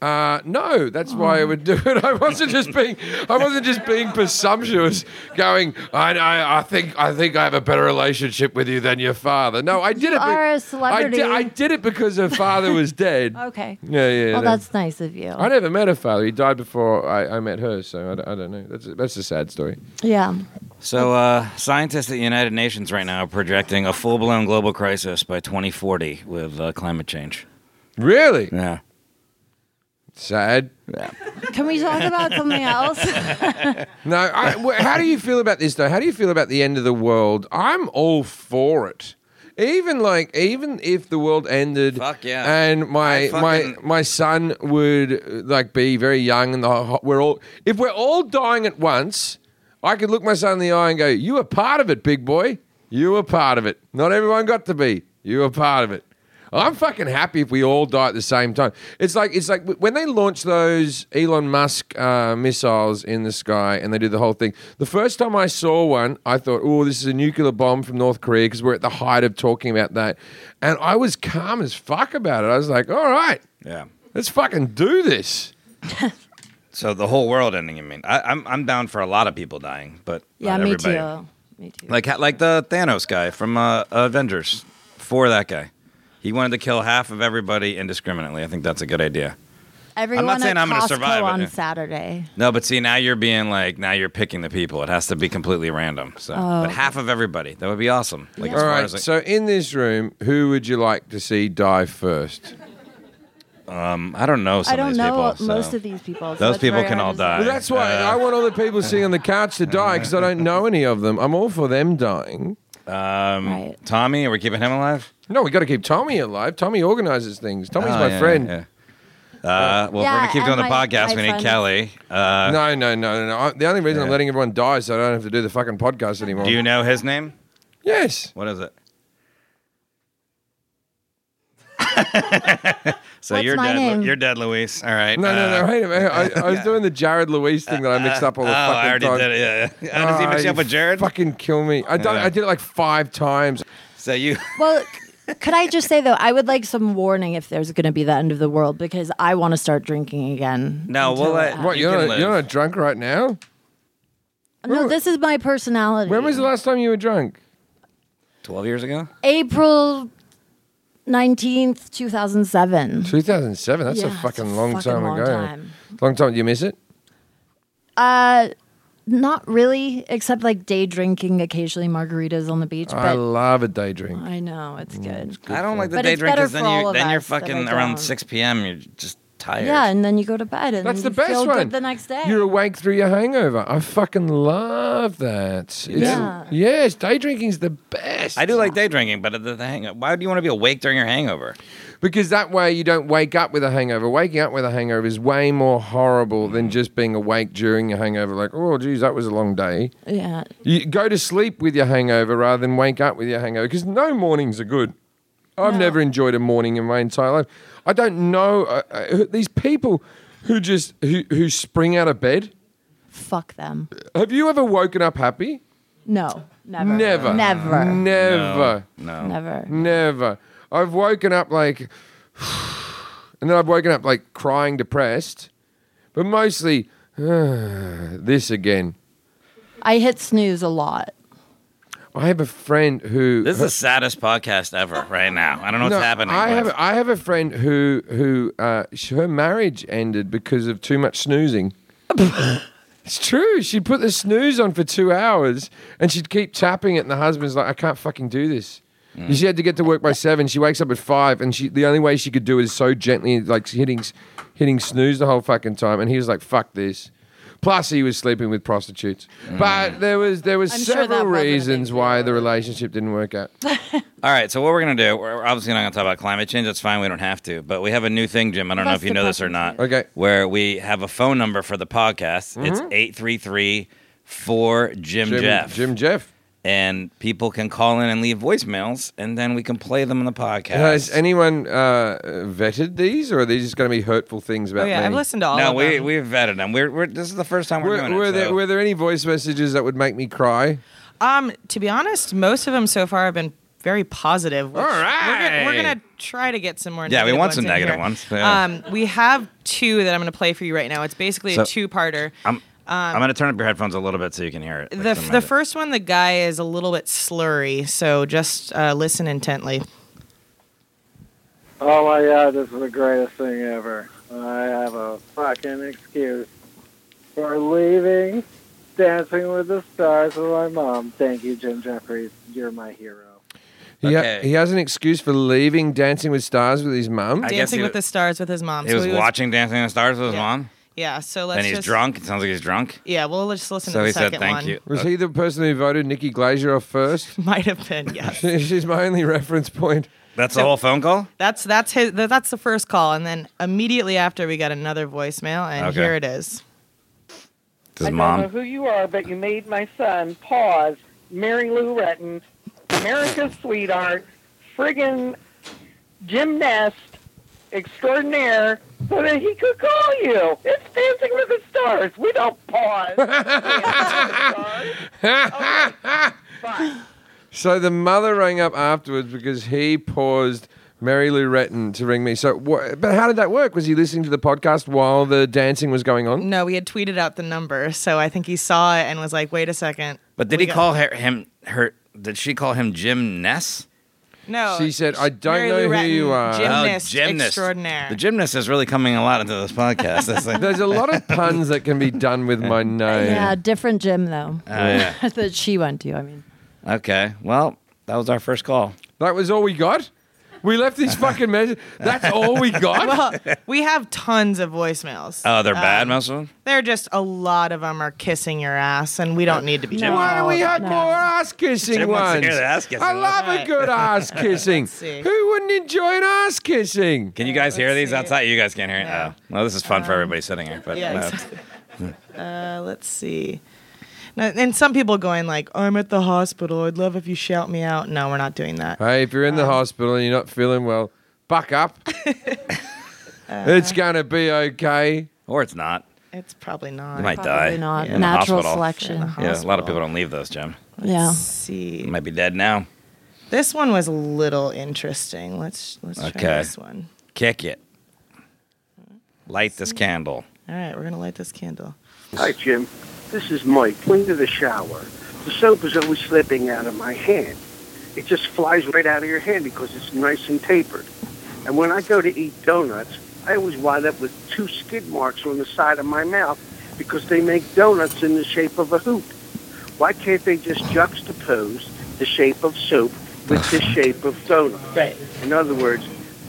C: Uh, no, that's why I would do it. I wasn't just being, I wasn't just being presumptuous, going, I, I, I think, I think I have a better relationship with you than your father. No, I did it.
E: are a
C: I
E: celebrity.
C: did, I did it because her father was dead.
E: [laughs] Okay.
C: Yeah, yeah.
E: well,
C: no.
E: Oh, that's nice of you.
C: I never met her father. He died before I, I met her, so I, don't- I don't know. That's a, that's a sad story.
E: Yeah.
D: So, uh, scientists at the United Nations right now are projecting a full blown global crisis by 2040 with uh, climate change.
C: Really
D: Yeah.
C: sad.
E: Can we talk about something else?
C: No, I, w- how do you feel about this though? How do you feel about the end of the world? I'm all for it. Even like, even if the world ended,
D: Fuck yeah.
C: and my
D: I
C: my
D: fucking-
C: my son would uh, like be very young, and the ho- we're all if we're all dying at once, I could look my son in the eye and go, "You were part of it, big boy. You were part of it. Not everyone got to be. You were part of it." I'm fucking happy if we all die at the same time. It's like it's like when they launch those Elon Musk uh, missiles in the sky and they do the whole thing. The first time I saw one, I thought, "Oh, this is a nuclear bomb from North Korea," because we're at the height of talking about that. And I was calm as fuck about it. I was like, "All right,
D: Yeah.
C: let's fucking do this."
D: So, the whole world ending, you mean? I, I'm, I'm down for a lot of people dying, but
E: [laughs] yeah,
D: not
E: me
D: everybody.
E: too. Me too.
D: Like, like the Thanos guy from uh, Avengers, for that guy. He wanted to kill half of everybody indiscriminately. I think that's a good idea.
E: Everyone
D: saying
E: at
D: I'm gonna
E: Costco
D: survive it,
E: on
D: yeah.
E: Saturday.
D: No, but see, now you're being like, now you're picking the people. It has to be completely random. So, but half of everybody. That would be awesome. Like,
E: Oh, Yeah.
D: as
C: All
D: far
C: right.
D: as like,
C: so in this room, who would you like to see die first?
D: I don't know some
E: I
D: of
E: don't
D: these
E: know
D: people.
E: most
D: so.
E: of these people. so
D: Those
E: it's
D: people
E: very
D: can
E: hard
D: all
E: to
D: die.
E: say.
C: Well, that's why
D: Uh,
C: I want all the people sitting on the couch to die because I don't know any of them. I'm all for them dying.
E: Right.
D: Um, Tommy, are we keeping him alive?
C: No, we got to keep Tommy alive. Tommy organizes things. Tommy's
D: Oh,
C: my
D: yeah,
C: friend.
D: yeah. Uh, well,
E: Yeah,
D: if we're gonna keep
E: and
D: doing the
E: my-
D: podcast,
E: my
D: we need
E: friend-
D: Kelly. Uh,
C: No, no, no, no, no. I- The only reason I'm letting everyone die is so I don't have to do the fucking podcast anymore.
D: do you know his name?
C: yes.
D: What
E: [laughs]
D: is it? so
E: What's
D: you're
E: my
D: dead. Lu-
E: name?
D: You're dead, Luis. All right.
C: No, no,
D: uh,
C: no. Wait a minute. I, I was doing the Jared Louise thing that I mixed up all
D: Oh,
C: the fucking
D: I already
C: time.
D: did it. Yeah. yeah. Oh, does he
C: Ah,
D: mix you up
C: you
D: with Jared?
C: Fucking kill me. I, done,
D: Yeah.
C: I did it like five times.
D: So
E: [laughs]
D: you.
E: Well, c- could I just say though, I would like some warning if there's going to be the end of the world because I want to start drinking again.
D: No,
E: until
D: we'll
E: it
D: let-
E: happens.
C: What,
D: You
C: you are
D: can
C: not,
D: live.
C: you're not drunk right now?
E: No, this is my personality.
C: When was the last time you were drunk?
D: 12 years ago?
E: April nineteenth, two thousand seven.
C: 2007. That's
E: Yeah,
C: a
E: it's a
C: fucking long
E: fucking
C: time
E: long
C: ago.
E: time.
C: Long time. Do you miss it?
E: Uh, not really, except like day drinking occasionally margaritas on the beach.
C: I Mm,
E: But
C: love a day drink.
E: I know it's good.
D: I don't like the
E: But
D: day
E: it's better
D: drinkers. Then
E: for all
D: you
E: of
D: then you're
E: us that
D: fucking
E: I
D: around
E: don't.
D: six p.m. You're just tired.
E: Yeah, and then you go to bed and
C: That's
E: you
C: the best
E: feel
C: one.
E: good the next day.
C: You're awake through your hangover. I fucking love that.
E: Yeah.
C: It's- Yes, day drinking's the best.
D: I do like day drinking, but the, the hangover. Why do you want to be awake during your hangover?
C: because that way you don't wake up with a hangover. Waking up with a hangover is way more horrible
D: Mm.
C: than just being awake during your hangover. Like, oh, geez, that was a long day.
E: yeah,
C: You go to sleep with your hangover rather than wake up with your hangover because no mornings are good. I've
E: No.
C: never enjoyed a morning in my entire life. I don't know uh, uh, these people who just who, who spring out of bed.
E: fuck them.
C: Have you ever woken up happy?
E: No, never,
C: Never.
E: never,
C: Never.
D: No.
E: never.
C: Never. I've woken up like, [sighs] and then I've woken up like crying, depressed, but mostly [sighs] this again.
E: I hit snooze a lot.
C: I have a friend who.
D: This is the saddest podcast ever right now. I don't know what's
C: No,
D: happening.
C: I
D: but-
C: have I have a friend who who uh, sh- her marriage ended because of too much
D: [laughs]
C: snoozing. it's true. She'd put the snooze on for two hours, and she'd keep tapping it, and the husband's like, "I can't fucking do this."
D: Mm.
C: She had to get to work by seven. She wakes up at five, and she the only way she could do it is so gently, like hitting s- hitting snooze the whole fucking time. And he was like, "Fuck this." Plus, he was sleeping with prostitutes.
D: Mm.
C: But there was there was
E: I'm sure that
C: several
E: wasn't a big
C: reasons
E: deal.
C: why the relationship didn't work
D: [laughs]
C: out.
D: All right, so what we're gonna do? We're we're obviously not gonna talk about climate change. That's fine. We don't have to. But we have a new thing, Jim. I don't know
E: That's
D: if you
E: the
D: know this or not.
E: podcast,
C: yeah. Okay.
D: Where we have a phone number for the podcast.
G: Mm-hmm.
D: It's eight three three four Jim
C: Jim
D: Jeff.
C: Jim Jeff.
D: And people can call in and leave voicemails, and then we can play them on the
C: Has
D: podcast.
C: anyone uh, vetted these, or are these just going to be hurtful things
G: Oh
C: about
G: yeah,
C: me?
G: I've listened to all.
D: no,
G: of
D: we
G: them.
D: we've vetted them. We're, we're this is the first time we're,
C: Were,
D: doing
C: were
D: it.
C: there,
D: so-
C: were there any voice messages that would make me cry?
G: Um, to be honest, most of them so far have been very positive. All
C: right.
G: we're gonna, we're gonna try to get some more.
D: Yeah, we
G: negative
D: want some
G: ones in
D: negative
G: here.
D: ones, yeah.
G: Um, we have two that I'm gonna play for you right now. It's basically
D: So-
G: a two-parter.
D: I'm I'm gonna turn up your headphones a little bit so you can hear it.
G: Um, The, the first one, the guy is a little bit slurry, so just uh, listen intently.
H: Oh my god, this is the greatest thing ever. I have a fucking excuse for leaving Dancing with the Stars with my mom. Thank you, Jim Jeffries. You're my hero.
C: He, ha-
D: Okay.
C: he has an excuse for leaving Dancing with Stars with his mum.
D: I guess
G: Dancing
D: he
G: with
D: wa-
G: the Stars with his mom.
D: he was
G: he
D: watching Dancing with the Stars with his
G: Yeah.
D: mom,
G: Yeah, so let's
D: and he's
G: just,
D: drunk. It sounds like he's drunk.
G: Yeah, well, let's just listen
D: So
G: to the
D: he said,
G: second
D: "Thank
G: one.
D: you."
C: Was he the person who voted Nikki Glazier off
D: [laughs]
C: first?
G: [laughs] Might have been, yes.
C: She's my only reference point.
D: That's the whole phone call.
G: That's that's his. tha- That's the first call, and then immediately after we got another voicemail, and
D: Okay.
G: here it is.
D: His
H: I
D: mom.
H: don't know who you are, but you made my son pause. Mary Lou Retton, America's sweetheart, friggin' gymnast extraordinaire, so that he could call you. It's Dancing with the Stars. We don't pause. Dancing with the Stars.
C: So the mother rang up afterwards because he paused Mary Lou Retton to ring me. So, wha but how did that work? Was he listening to the podcast while the dancing was going on?
G: No, we had tweeted out the number, so I think he saw it and was like, "Wait a second.
D: But did
G: We
D: he
G: got-
D: call her, him her? Did she call him Jim Ness?
G: No,
C: She said, "I don't
G: Mary
C: know
G: Lou
C: who
G: Retton,
C: you are." Oh,
G: Gymnast, extraordinaire.
D: The gymnast is really coming a lot into this podcast. That's
C: [laughs]
D: like,
C: There's a lot of puns that can be done with
G: [laughs]
C: my name.
E: Yeah, different gym though
D: Oh, yeah.
E: [laughs] that she went to. I mean,
D: Okay. Well, that was our first call.
C: That was all we got. We left
D: [laughs]
C: these fucking messages. That's all we got.
G: we have tons of voicemails.
D: Oh, they're bad, most of them.
G: They're just a lot of them are kissing your ass, and we don't need to be.
E: No.
C: Why do
G: [laughs]
C: we have
E: No.
C: more ass kissing
D: Jim wants to
C: ones?
D: hear the ass kissing
C: I
D: one.
C: love a
G: Alright.
C: good ass kissing.
G: see.
C: Who wouldn't enjoy an ass kissing?
D: Can you guys hear these outside? You guys can't hear it. Oh,
G: No.
D: well, this is fun for everybody sitting here. But
G: Yeah,
D: no.
G: exactly. [laughs] uh, let's see. Now- And some people going like, "I'm at the hospital. I'd love if you shout me out." No, we're not doing that.
C: Hey, if you're in the hospital and you're not feeling well, buck up. it's gonna be okay.
D: or it's not.
G: It's probably not.
D: You might die.
E: probably not
D: in the
E: natural
D: hospital.
E: selection.
D: Yeah, a lot of people don't leave those, Jim.
E: Yeah.
G: Let's see.
D: You might be dead now.
G: This one was a little interesting. Let's let's try
D: Okay.
G: this one.
D: Kick it. Light this candle.
G: All right, we're gonna light this candle.
H: Hi, Jim. This is Mike, clean to the shower. The soap is always slipping out of my hand. It just flies right out of your hand because it's nice and tapered. And when I go to eat donuts, I always wind up with two skid marks on the side of my mouth
I: because they make donuts in the shape of a hoop. Why can't they just juxtapose the shape of soap with the shape of donuts?
G: Right.
I: In other words,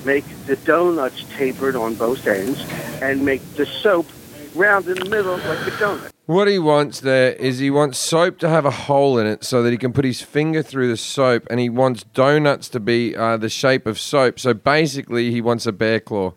I: make the donuts tapered on both ends and make the soap round in the middle like a donut.
C: What he wants there is he wants soap to have a hole in it so that he can put his finger through the soap, and he wants donuts to be uh, the shape of soap. So basically, he wants a bear claw.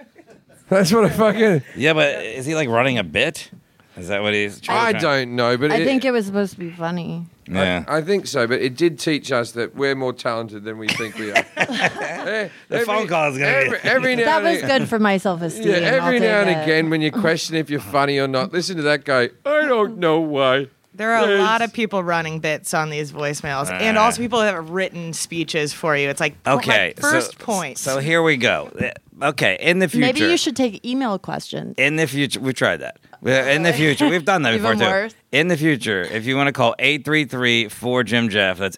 C: [laughs] That's what I fucking.
D: Yeah, but is he like running a bit? Is that what he's
C: I
D: trying
C: don't know, but
E: I
C: it-
E: think it was supposed to be funny.
D: Yeah.
C: I think so, but it did teach us that we're more talented than we think we
E: [laughs]
C: are. Eh,
D: The phone call is gonna be-
C: every, every now
E: That
C: and
E: was good for my self
C: [laughs]
E: esteem.
C: Yeah, every now and again, when you question if you're funny or not, listen to that guy. I don't know why.
G: There are a
C: Yes.
G: lot of people running bits on these voicemails, and
D: Ah.
G: also people that have written speeches for you. It's like po-
D: Okay.
G: like, first
D: so,
G: point.
D: So here we go. Eh, Okay, in the future.
E: Maybe you should take email questions.
D: In the future, we've tried that. We're- In the future, we've done that
E: [laughs] Even
D: before too.
E: worse.
D: In the future, if you want to call 833-4-JIM-JEFF, that's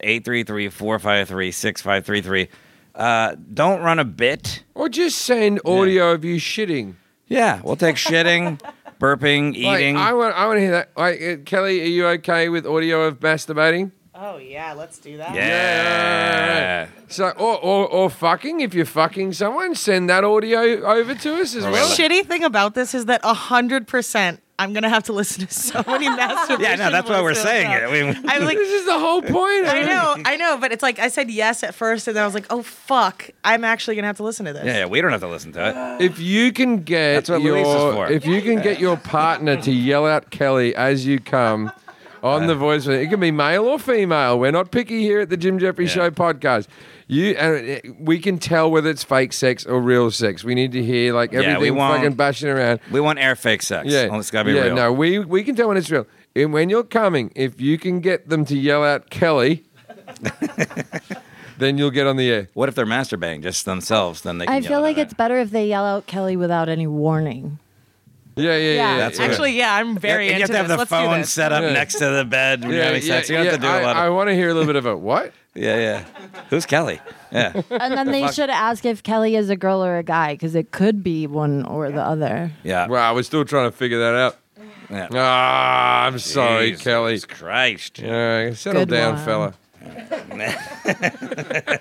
D: 833-453-6533. Uh, don't run a bit.
C: Or just send audio of you shitting.
D: Yeah, we'll take
E: [laughs]
D: shitting, burping,
C: Like,
D: eating.
C: I want. I want to hear that. Like, uh, Kelly, are you okay with audio of masturbating?
G: oh yeah, let's do that.
D: yeah.
C: So, or, or or fucking. If you're fucking someone, send that audio over to us
D: Oh,
C: as well.
G: Shitty thing about this is that hundred percent, I'm gonna have to listen to so
D: [laughs]
G: many masturbation.
D: Yeah, no, that's why we're
G: voicemails
D: saying
G: now.
D: it.
E: [laughs]
D: We-
G: I'm
C: [laughs]
G: like,
C: This is the whole point.
G: I know, I know, but it's like I said yes at first, and then I was like, oh fuck, I'm actually gonna have to listen to
D: [laughs]
G: this.
D: yeah, yeah, we don't have to listen to it.
C: If you can get
D: That's what
C: your,
D: Luis is for.
C: if you can get your partner to yell out Kelly as you come on the voice, it can be male or female. We're not picky here at the Jim Jeffrey Show podcast. You and uh, we can tell whether it's fake sex or real sex. We need to hear like
D: Yeah, we
C: everything
D: want-
C: fucking bashing around.
D: We want air fake sex.
C: Yeah,
D: Oh, it's gotta be
C: yeah.
D: real.
C: No, we we can tell when it's real. And when you're coming, if you can get them to yell out
D: [laughs]
C: Kelly, then you'll get on the air.
D: What if they're masturbating just themselves? Then they. Can
E: I
D: yell
E: feel like
D: at
E: it's better if they yell out Kelly without any warning.
C: Yeah, yeah, yeah. yeah,
E: That's
C: yeah.
G: Actually, yeah, I'm
D: it.
G: very
D: And you have
G: into
D: to have
G: this.
D: the
G: Let's do
D: phone
G: this.
D: set up
C: Yeah.
D: next to the bed when you're having sex. You have to do
C: I,
D: a lot of.
C: want to hear a little bit of a what?
D: Yeah, yeah. Who's Kelly?
C: [laughs]
D: Yeah.
E: And then they should ask if Kelly is a girl or a guy because it could be one or the other.
D: Yeah.
C: Wow, we're still trying to figure that out.
D: yeah.
C: Ah, I'm sorry,
D: Jesus
C: Kelly.
D: Christ.
C: Yeah, settle
E: Good
C: down,
E: one.
C: fella.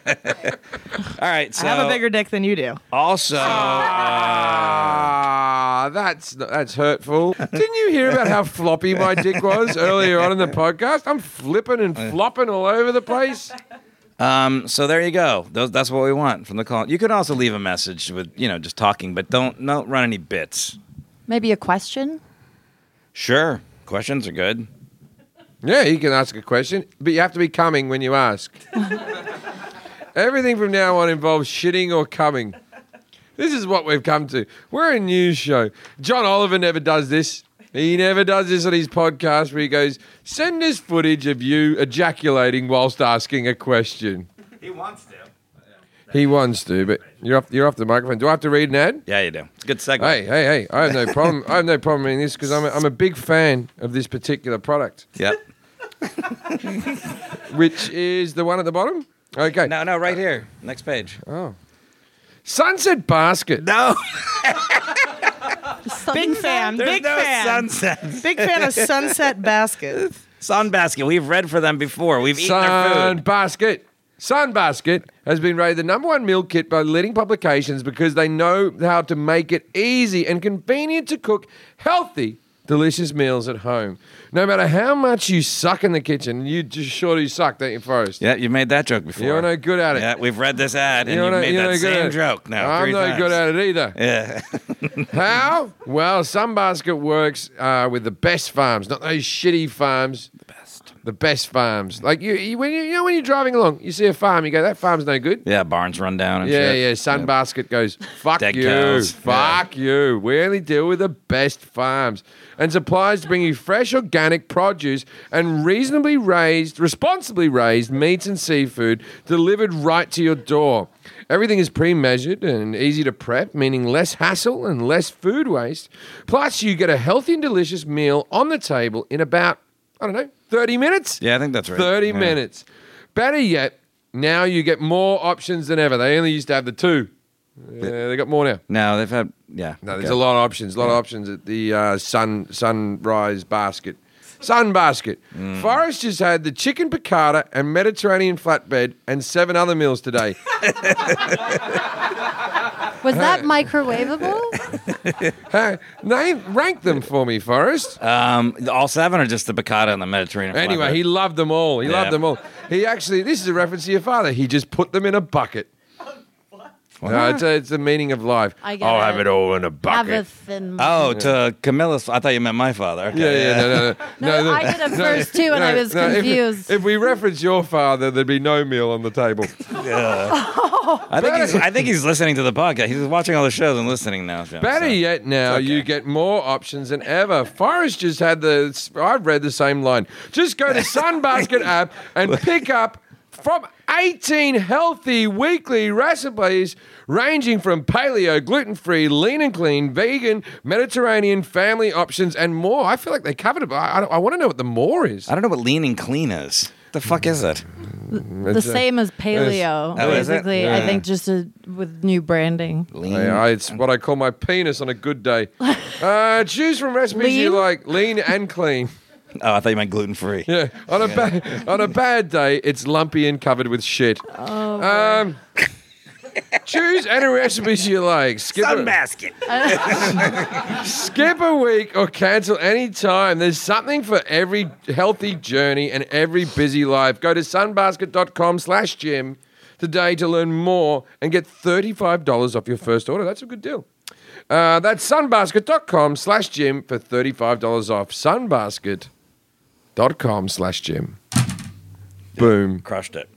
D: All right. So
G: I have a bigger dick than you do.
D: also,
C: Ah, that's that's
D: [laughs]
C: hurtful. Didn't you hear about how floppy my dick was earlier on in the podcast? I'm flipping
D: [laughs]
C: and flopping all over the place.
D: um, so there you go. Those, that's what we want from the call. You could also leave a message with you know just talking, but don't don't run any bits.
E: Maybe a question?
D: Sure. Questions are good.
C: Yeah, you can ask a question, but you have to be coming when you ask. Everything from now on involves shitting or coming. This is what we've come to. We're a news show. John Oliver never does this. He never does this on his podcast where he goes, send us footage of you ejaculating whilst asking a question.
D: He wants to.
C: He wants to, but you're off, you're off the microphone. Do I have to read an ad?
D: Yeah, you do. It's a good segue.
C: Hey, hey, hey, I have no problem. I have no problem in this because I'm a, I'm a big fan of this particular product,
D: Yep.
C: which is the one at the bottom. Okay.
D: No, no, right here. Next page.
C: Oh. Sunset Basket.
D: No, [laughs]
G: Big fan,
D: there's
G: big
D: no
G: fan,
D: sunset.
G: big
D: [laughs]
G: fan of Sunset Basket.
D: Sun basket. We've read for them before. We've eaten their
C: Sun
D: food.
C: Basket. Sun Basket has been rated the number one meal kit by leading publications because they know how to make it easy and convenient to cook healthy, delicious meals at home. No matter how much you suck in the kitchen, you just sure do suck, don't you, Forrest?
D: Yeah, you made that joke before.
C: You're no good at it.
D: Yeah, we've read this ad and
C: You're
D: you
C: no-
D: made
C: you're
D: that
C: no good at
D: same
C: it.
D: joke now.
C: I'm
D: three
C: not
D: times.
C: good at it either.
D: Yeah.
C: [laughs] How? Well, Sunbasket works uh, with the best farms, not those shitty farms. The best. The best farms. Like you, you, when you, you know when you're driving along, you see a farm, you go, that farm's no good.
D: Yeah, barns run down and
C: Yeah,
D: shit.
C: yeah. Sunbasket goes, fuck
D: Dead
C: you,
D: cows.
C: fuck you. We only deal with the best farms and suppliers to bring you fresh organic produce and reasonably raised, responsibly raised meats and seafood delivered right to your door. Everything is pre-measured and easy to prep, meaning less hassle and less food waste. Plus, you get a healthy and delicious meal on the table in about, I don't know, 30 minutes?
D: Yeah, I think that's right.
C: 30
D: Yeah.
C: minutes. Better yet, now you get more options than ever. They only used to have the two. Yeah, they got more now.
D: No, they've had yeah.
C: No, there's
D: okay.
C: a lot of options. A lot of options at the uh, sun sunrise basket. Sun basket. Forrest just had the chicken piccata and Mediterranean flatbread and seven other meals [laughs] today.
E: Was that
C: [laughs]
E: microwavable?
C: hey, name rank them for me, [laughs] Forrest.
D: Um, all seven or just the piccata and the Mediterranean.
C: Anyway,
D: flatbread?
C: he loved them all. He
D: Yeah.
C: loved them all. He actually, this is a reference to your father. He just put them in a bucket. No, it's, a, it's the meaning of life.
E: I get
C: I'll have it
E: it.
C: Uh, all in a
E: Have
C: bucket.
E: a thin.
D: oh, to Camilla's. I thought you meant my father. Okay,
C: yeah, yeah, no, no, no.
E: [laughs] No,
C: the-
E: I did it first too, and I was
C: if-
E: confused.
C: If, we reference your father, there'd be no meal on the [laughs] table.
D: I think he's, I think he's listening to the podcast. He's watching all the shows and listening now. Jim,
C: Better
D: so.
C: yet, now
D: It's okay.
C: you get more options than ever. Forrest just had the. I've read the same line. Just
D: [laughs]
C: go to Sunbasket app and pick up from 18 healthy weekly recipes ranging from paleo, gluten free, lean and clean, vegan, Mediterranean, family options, and more. I feel like they covered it, but I, I, want to know what the more is.
D: I don't know what lean and clean is. The fuck is it?
E: the same as paleo,
D: Oh, is it?
E: basically. I
D: Yeah.
E: think just a, with new branding.
D: Lean.
C: Oh, Yeah, I- it's what I call my penis on a good
D: [laughs]
C: day. Uh, choose from recipes you
E: Lean?
C: like, lean and clean.
D: Oh, I thought you meant gluten free.
C: [laughs] Yeah, on a bad on a bad day, it's lumpy and covered with shit.
E: Oh,
C: Um, choose any recipes you like. Skip a,
D: basket.
C: [laughs] skip a week or cancel any time. There's something for every healthy journey and every busy life. Go to sunbasket.com/gym today to learn more and get thirty-five dollars off your first order. That's a good deal. Uh, that's sunbasket.com slash gym for $35 off. Sunbasket.com slash gym. Boom.
D: Crushed it.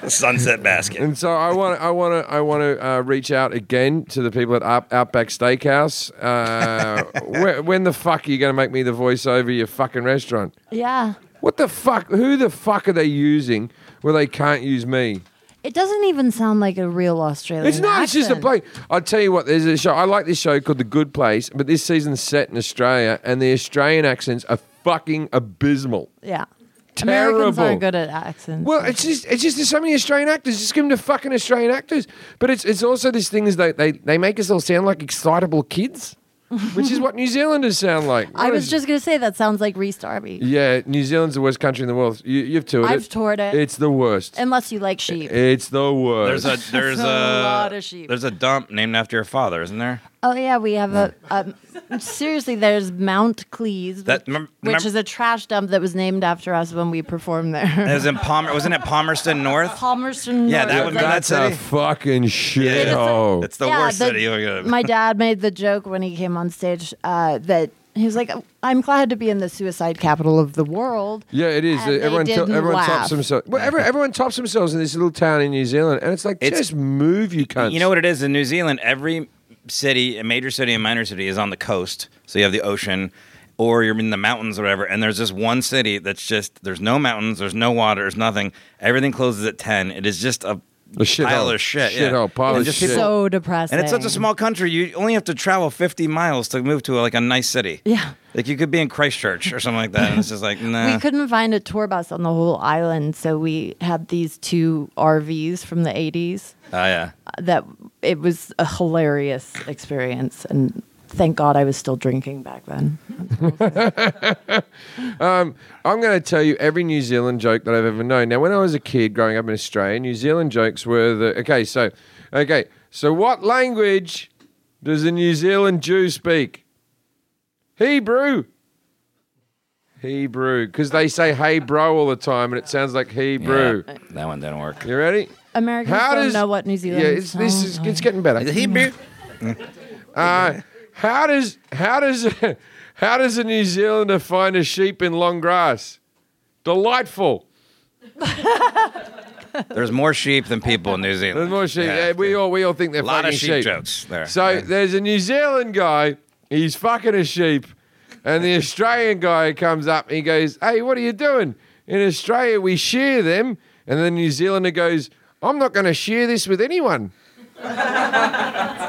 D: The sunset basket.
C: And so I want, I want to, I want to uh, reach out again to the people at Out, Outback Steakhouse. Uh, whe- when the fuck are you going to make me the voiceover of your fucking restaurant?
E: yeah.
C: What the fuck? Who the fuck are they using where they can't use me?
E: It doesn't even sound like a real Australian.
C: It's not. It's just a play.
E: accent.
C: I'll tell you what. There's a show. I like this show called The Good Place, but this season's set in Australia, and the Australian accents are fucking abysmal.
E: Yeah. Americans
C: Terrible.
E: aren't good at accents.
C: Well, it's just it's just there's so many Australian actors. Just give them to fucking Australian actors. But it's it's also this thing is they they, they make us all sound like excitable kids, which is what New Zealanders sound like.
E: I
C: What
E: was
C: is-
E: just gonna say that sounds like Reese Darby,
C: yeah. New Zealand's the worst country in the world. You, you've toured
E: I've
C: it.
E: toured it.
C: It's the worst.
E: unless you like sheep.
C: it's the worst.
D: There's a there's
E: a
D: a,
E: lot of sheep.
D: uh, There's a dump named after your father, isn't there?
E: oh yeah, we have a. Um, seriously, there's Mount Cleese,
D: That
E: which,
D: remem-
E: which
D: remem-
E: is a trash dump that was named after us when we performed
D: It
E: there.
D: was in Palmer. Wasn't it Palmerston North?
E: Palmerston.
D: Yeah,
E: North.
D: that would
E: Like,
D: be-
C: that's
D: that
C: a
D: city.
C: fucking shithole.
D: Yeah. It's the
E: Yeah,
D: worst
E: the-
D: city you're gonna.
E: my dad made the joke when he came on stage uh, that he was like, "I'm glad to be in the suicide capital of the world."
C: Yeah, it is.
E: And Uh, they
C: everyone,
E: didn't
C: everyone
E: laugh.
C: tops themselves. Well, everyone, everyone tops themselves in this little town in New Zealand, and it's like
D: It's-
C: just move, you cunts.
D: You know what it is in New Zealand? Every city, a major city and minor city, is on the coast. So you have the ocean, or you're in the mountains, or whatever. And there's just one city that's just there's no mountains, there's no water, there's nothing. Everything closes at ten. It is just a,
C: A shithole.
D: pile of shit. yeah.
C: Shithole, pile
D: And
C: of
D: just
C: shit.
D: people-
E: So depressing.
D: and it's such a small country. You only have to travel 50 miles to move to like a nice city.
E: Yeah.
D: Like you could be in Christchurch or something like that. And it's just like, nah.
C: Uh.
E: We couldn't find a tour bus on the whole island, so we had these two RVs from the 80s.
D: Oh, yeah.
E: That it was a hilarious experience, and thank God I was still drinking back then.
C: I'm going to tell you every New Zealand joke that I've ever known. Now, when I was a kid growing up in Australia, New Zealand jokes were the okay. So, okay, so what language does a New Zealand Jew speak? Hebrew. Hebrew, because they say "hey bro" all the time, and it sounds like Hebrew.
D: Yeah, that one didn't work.
C: You ready?
E: Americans don't know what New Zealand
C: Yeah, it's, this is it's getting better.
D: Hebrew.
C: Uh, how does how does [laughs] how does a New Zealander find a sheep in long grass? Delightful.
D: There's more sheep than people in New Zealand.
C: There's more sheep.
D: Yeah.
C: Yeah, we all we all think they're
D: a lot of
C: fucking
D: sheep, jokes there.
C: So
D: Yeah.
C: there's a New Zealand guy. He's fucking a sheep, and the Australian guy comes up. and He goes, "Hey, what are you doing in Australia? We shear them." And the New Zealander goes, "I'm not going to share this with anyone."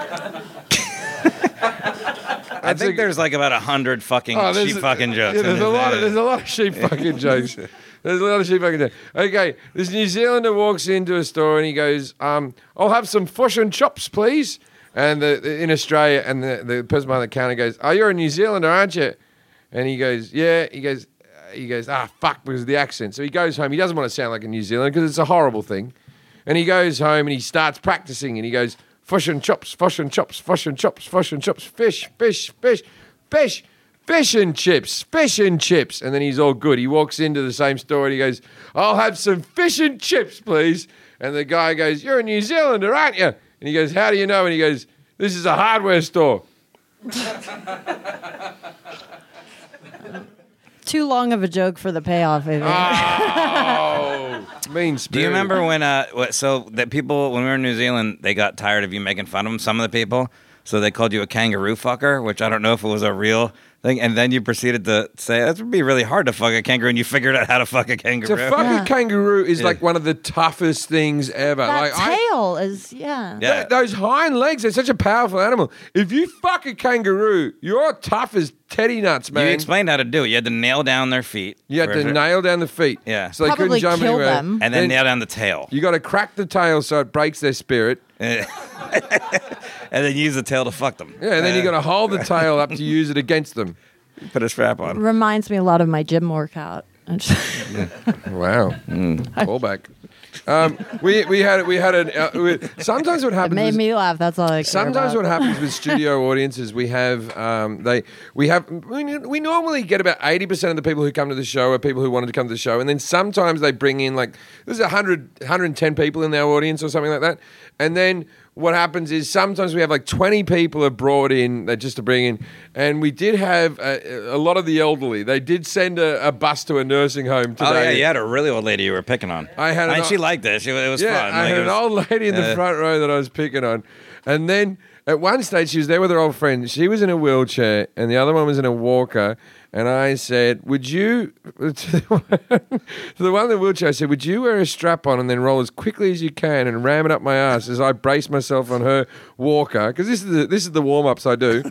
D: I think there's like about a hundred fucking
C: Oh, there's-
D: sheep fucking jokes.
C: Yeah,
D: in
C: there's a
D: New
C: lot of
D: [laughs] Zealand.
C: there's a lot of sheep fucking jokes. There's a lot of sheep I can do. Okay, this New Zealander walks into a store and he goes, um, I'll have some fish and chops, please. And the, the- in Australia, and the, the person behind the counter goes, Oh, you're a New Zealander, aren't you? And he goes, Yeah. He goes, uh, he goes, ah, fuck, because of the accent. So he goes home. He doesn't want to sound like a New Zealander because it's a horrible thing. And he goes home and he starts practicing and he goes, fish and chops, fish and chops, fish and chops, fish and chops, fish, fish, fish, fish, fish and chips, fish and chips. And then he's all good. He walks into the same store and he goes, I'll have some fish and chips, please. And the guy goes, You're a New Zealander, aren't you? And he goes, How do you know? And he goes, This is a hardware store.
E: Too long of a joke for the payoff. Amy.
C: Ah, Oh, mean spirit.
D: Do you remember when uh what- so that people when we were in New Zealand they got tired of you making fun of them some of the people so they called you a kangaroo fucker which I don't know if it was a real thing and then you proceeded to say that would be really hard to fuck a kangaroo and you figured out how to fuck a kangaroo.
C: To fuck
E: Yeah.
C: a kangaroo is
D: Yeah.
C: like one of the toughest things ever.
E: that
C: like I-
E: tail is yeah.
D: Yeah.
C: Th- those hind legs are such a powerful animal. If you fuck a kangaroo, you're tough as teddy nuts, man.
D: You explained how to do it. You had to nail down their feet.
C: You had
D: for-
C: to nail down the feet.
D: Yeah.
C: So they couldn't
E: Probably
C: jump
E: kill
C: anywhere.
E: them.
D: and then nail down the tail.
C: You got to crack the tail so it breaks their spirit.
D: and then use the tail to fuck them.
C: Yeah, and then you got to hold the tail up to use it against them.
D: to put a strap on.
E: Reminds me a lot of my gym workout.
C: [laughs] Wow.
D: Mm.
C: Callback. Um, we we had we had an uh, we, sometimes what
E: it
C: happens
E: made
C: is-
E: me laugh. That's all I care
C: Sometimes
E: about.
C: what happens with studio audiences, we have um, they we have we, we normally get about eighty percent of the people who come to the show are people who wanted to come to the show, and then sometimes they bring in like there's 100, 110 people in their audience or something like that, and then what happens is sometimes we have like twenty people are brought in that just to bring in, and we did have a, a lot of the elderly. They did send a, a bus to a nursing home today.
D: Oh yeah, you had a really old lady you were picking on.
C: I had
D: and
C: an-
D: she liked it. She, it was
C: yeah,
D: fun.
C: I
D: Like,
C: had
D: it
C: an
D: was-
C: old lady in the
D: Yeah.
C: front row that I was picking on. And then at one stage, she was there with her old friend. She was in a wheelchair, and the other one was in a walker. And I said, Would you, [laughs] to the one, to the one in the wheelchair, I said, Would you wear a strap on and then roll as quickly as you can and ram it up my ass as I brace myself on her walker? Because this is the, this is the warm ups I do.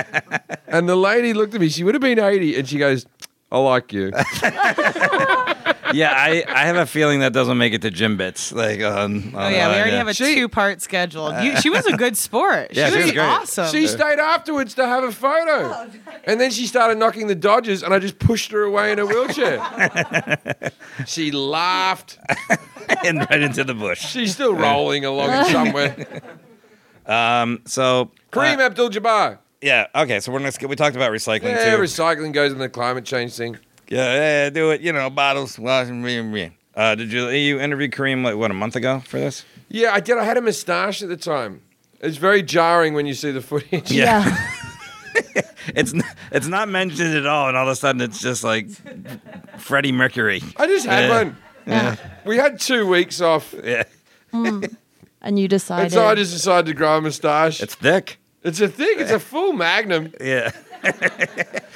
D: [laughs]
C: and the lady looked at me. She would have been 80, and she goes, I like you.
D: [laughs] yeah, I, I have a feeling that doesn't make it to gym bits. Like, on, uh,
G: Oh yeah, we already have a
C: She-
G: two-part scheduled. You, she was a good
D: [laughs]
G: sport.
D: Yeah,
G: she,
D: she
G: was,
D: was great.
G: awesome.
C: She stayed afterwards to have a photo. and then she started knocking the Dodgers, and I just pushed her away in a
D: [laughs]
C: wheelchair. she laughed.
D: [laughs] and right into the bush.
C: She's still rolling along in
D: [laughs] Uh,
C: somewhere.
D: So
C: Kareem
D: uh,
C: Abdul Jabbar.
D: yeah. Okay. So we're gonna skip. We talked about recycling
C: Yeah,
D: too.
C: recycling goes in the climate change thing.
D: yeah, yeah, yeah, do it. You know, bottles, wash, and re- re- uh, Did you you interviewed Kareem like what a month ago for this?
C: Yeah, I did. I had a moustache at the time. It's very jarring when you see the footage.
E: yeah.
D: It's n- it's not mentioned at all, and all of a sudden it's just like Freddie Mercury.
C: [laughs] I just had
D: Yeah.
C: one. We had two weeks off,
D: Yeah,
E: and you
C: [laughs]
E: decided.
C: and so I just decided to grow a moustache. It's,
D: it's thick.
C: a thing. It's a full magnum.
D: Yeah.
C: I-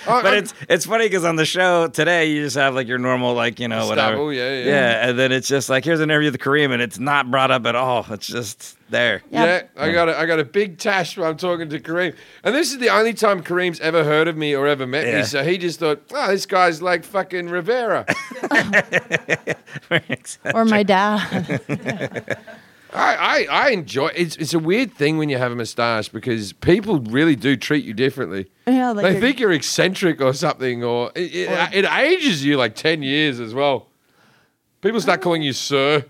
D: but
C: I-
D: it's it's funny because on the show today you just have like your normal like you know oh, whatever
C: Stubble, yeah, yeah.
D: and then it's just like here's an interview with Kareem and it's not brought up at all it's just there [laughs]
E: Yeah.
C: Yeah, I got a, I got a big tash when I'm talking to Kareem, and this is the only time Kareem's ever heard of me or ever met
D: Yeah.
C: me. So he just thought, oh, this guy's like fucking Rivera.
E: or
C: [laughs]
E: my dad.
C: I, I I enjoy. It's it's a weird thing when you have a moustache because people really do treat you differently.
E: yeah, like
C: they
E: you're-
C: think you're eccentric or something, or it, it, it ages you like ten years as well. People start calling you sir.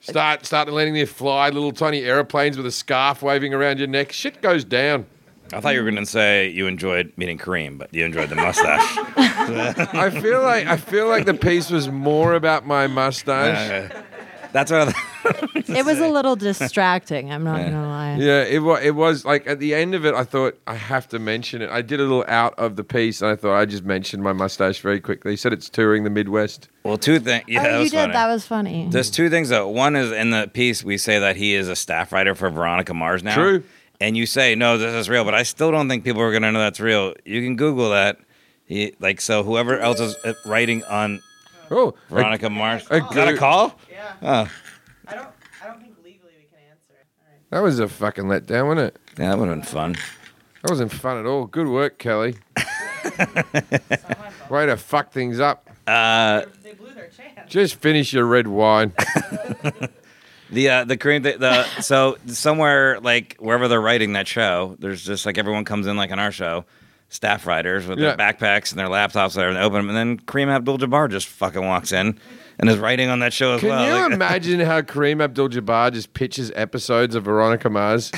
C: Start start letting you fly little tiny airplanes with a scarf waving around your neck. Shit goes down.
D: I thought you were gonna say you enjoyed meeting Kareem but you enjoyed the mustache
C: I feel like I feel like the piece was more about my mustache.
D: [laughs] that's what I thought.
E: it was
D: [laughs]
E: a little distracting. I'm not gonna lie.
C: Yeah, it was. It was like at the end of it, I thought I have to mention it. I did a little out of the piece, and I thought I just mentioned my mustache very quickly. He said it's touring the Midwest.
D: well two things yeah that
E: oh, you
D: was
E: did.
D: funny.
E: That was funny.
D: There's two things though. One is in the piece we say that he is a staff writer for Veronica Mars now.
C: True.
D: And you say no, this is real, but I still don't think people are gonna know that's real. You can Google that. He, like so, whoever else is uh, writing on
C: Oh, a-
D: Veronica Mars.
C: a
D: Is that a
C: good-
D: call?
G: yeah.
D: Oh.
G: I don't. I don't think legally we can answer.
C: that was a fucking letdown, wasn't it?
D: Yeah, that would have been fun.
C: That wasn't fun at all. Good work, Kelly. Way to fuck things up.
D: Uh,
G: They blew their chance.
C: Just finish your red wine.
D: the uh, the Korean the, the so somewhere like wherever they're writing that show, there's just like everyone comes in like on our show, staff writers with their
C: Yeah.
D: backpacks and their laptops there and they open them, and then Kareem Abdul-Jabbar just fucking walks in and is writing on that show as
C: Can
D: well.
C: you
D: Like, [laughs]
C: imagine how Kareem Abdul-Jabbar just pitches episodes of Veronica
D: [laughs]
C: Mars?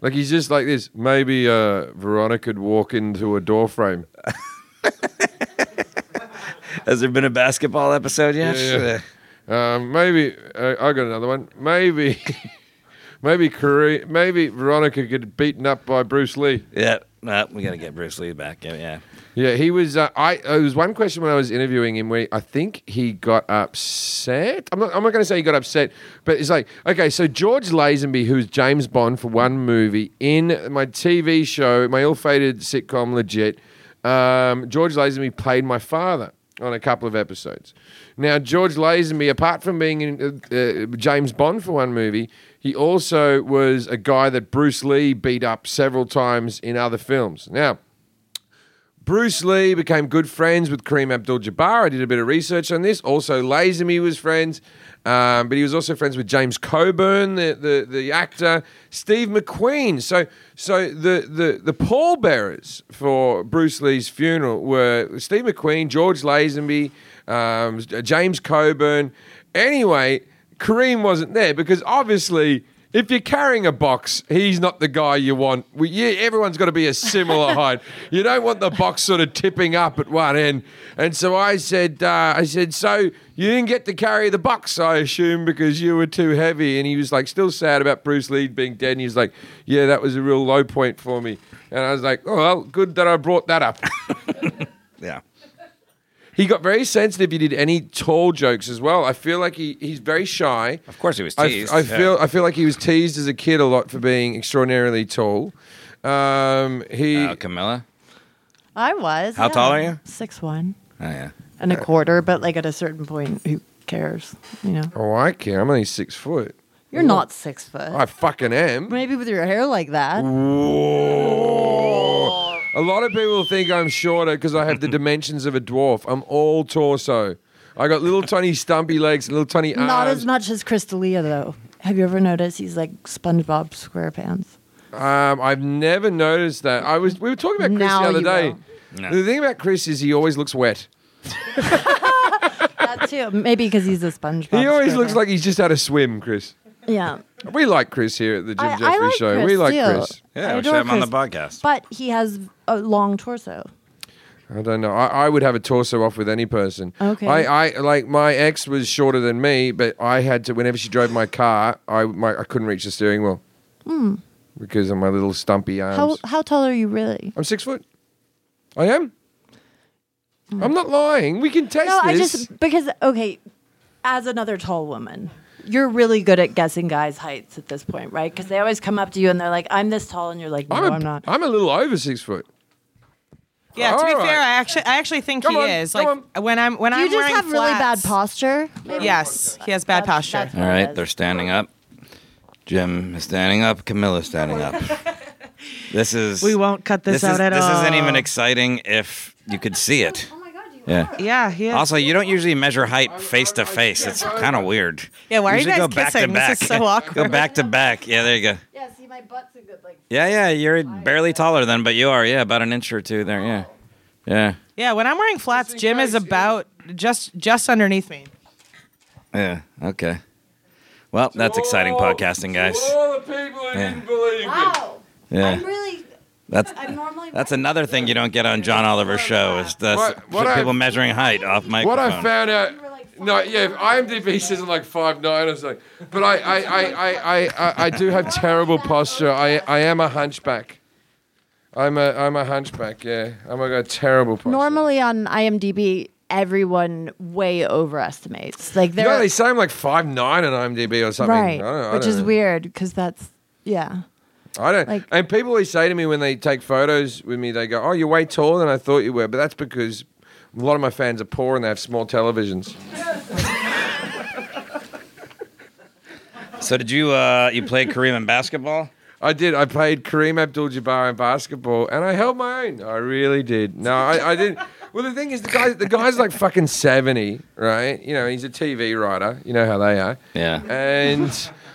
C: like he's just like this. Maybe uh, Veronica would walk into a door frame.
D: [laughs] Has there been a basketball episode yet?
C: Yeah, yeah. Um, maybe uh, I got another one. Maybe, [laughs] maybe Kareem, maybe Veronica get beaten up by Bruce Lee.
D: [laughs] Yeah, no, we got to get Bruce Lee back. Yeah, yeah.
C: Yeah, he was. Uh, I uh, there was one question when I was interviewing him where I think he got upset. I'm not. I'm not going to say he got upset, but it's like okay. So George Lazenby, who's James Bond for one movie in my TV show, my ill-fated sitcom, legit. Um, George Lazenby played my father on a couple of episodes. Now George Lazenby, apart from being in uh, uh, James Bond for one movie, he also was a guy that Bruce Lee beat up several times in other films. Now. Bruce Lee became good friends with Kareem Abdul-Jabbar. I did a bit of research on this. Also, Lazenby was friends, um, but he was also friends with James Coburn, the, the, the actor, Steve McQueen. So, so the, the the pallbearers for Bruce Lee's funeral were Steve McQueen, George Lazenby, um, James Coburn. Anyway, Kareem wasn't there because obviously. If you're carrying a box, he's not the guy you want. We, you, everyone's got to be a similar height. You don't want the box sort of tipping up at one end. And so I said, uh, I said, so you didn't get to carry the box, I assume, because you were too heavy. And he was like, still sad about Bruce Lee being dead. And he was like, yeah, that was a real low point for me. And I was like, oh, well, good that I brought that up.
D: Yeah.
C: he got very sensitive. He did any tall jokes as well. I feel like he, he's very shy.
D: Of course he was
C: I,
D: teased.
C: I
D: yeah.
C: feel I feel like he was teased as a kid a lot for being extraordinarily tall. Um, he
D: Oh, Camilla?
E: I was.
D: How
E: yeah.
D: tall are you?
E: Six one
D: Oh, yeah.
E: and a quarter, but like at a certain point, who cares? You know,
C: oh I care. I'm only six foot.
E: you're not six foot.
C: I fucking am.
E: Maybe with your hair like that.
C: Whoa. A lot of people think I'm shorter because I
D: [laughs]
C: have the dimensions of a dwarf. I'm all torso. I got little tiny stumpy legs, little tiny arms.
E: Not as much as Crystalia though. Have you ever noticed he's like SpongeBob SquarePants?
C: Um, I've never noticed that. I was we were talking about Chris
E: Now
C: the other
E: you
C: day.
D: will. No.
C: The thing about Chris is he always looks wet.
E: That too. Maybe because he's a SpongeBob.
C: He always looks
E: SquarePants.
C: like he's just had a swim, Chris.
E: yeah.
C: We like Chris here at the Jim
E: I- I
C: Jeffrey
E: like
C: Show.
E: Chris
C: we like
E: too.
C: Chris.
D: Yeah,
E: I
D: we should have him
E: adore
D: on the
E: Chris.
D: podcast.
E: But he has a long torso.
C: I don't know. I, I would have a torso off with any person.
E: Okay.
C: I, I like my ex was shorter than me, but I had to whenever she drove my car, I my, I couldn't reach the steering wheel because of my little stumpy arms.
E: Hmm. How how tall are you really?
C: I'm six foot. I am. I'm not lying. We can test
E: Hmm. No, I
C: this.
E: just because okay, as another tall woman, you're really good at guessing guys' heights at this point, right? Because they always come up to you and they're like, "I'm this tall," and you're like, "No,
C: I'm,
E: I'm,
C: a,
E: not."
C: I'm a little over six foot.
G: Yeah, to be
C: All right.
G: fair, I actually I actually think
C: Come
G: he
C: on,
G: is.
C: come
G: Like when I'm when
E: you
G: I'm
E: just
G: wearing
E: have really bad
G: flats-
E: posture.
G: Yes, he has bad posture.
D: All right, they're standing up. Jim is standing up. Camilla's standing up. This is.
G: we won't cut this,
D: This, is,
G: out at
D: this
G: all.
D: isn't even exciting if you could see it.
E: Oh
D: Yeah.
G: Yeah, he is.
D: Also, you don't usually measor height face to face. It's kind of weird.
G: Yeah, why are you
D: Usually
G: guys
D: go back to
G: kissing? This
D: back.
G: is so
D: [laughs]
G: awkward.
D: go back to back. Yeah, there you go.
E: Yeah, see, my butt's a good like.
D: Yeah, yeah, you're barely taller than, but you are. Yeah, about an inch or two there. Yeah, yeah,
G: yeah, when I'm wearing flats, Jim is about just just underneath me.
D: yeah. Okay. Well, that's exciting podcasting, guys.
C: Oh, all the people who
D: didn't
C: believe
E: Wow, I'm
D: Yeah,
E: really.
D: that's
E: I'm normally.
D: that's
E: [laughs]
D: another thing you don't get on John Oliver's show is the
C: What- what I-
D: people measuring height off microphone.
C: What I found out,
E: were like
C: no, yeah, if IMDb says I'm like five nine or something, but I, I, I, I, I, I, I do
E: [laughs]
C: have terrible posture. I, I am a hunchback. I'm a, I'm a hunchback. Yeah, I'm a, a terrible posture.
E: Normally on IMDb, everyone way overestimates. Like
C: you
E: they're
C: know, they say I'm like five nine on IMDb or something.
E: right,
C: I don't, I
E: which
C: don't
E: is
C: know.
E: weird because that's yeah.
C: I don't.
E: like-
C: and people always say to me when they take photos with me, they go, "Oh, you're way taller than I thought you were," but that's because. A lot of my fans are poor and they have small televisions.
D: So did you uh you played Kareem in basketball?
C: I did. I played Kareem Abdul-Jabbar in basketball, and I held my own. I really did. No, I, I didn't. Well, the thing is, the guy, the guy's like fucking seventy, right? You know, he's a TV writer. You know how they are.
D: Yeah.
C: And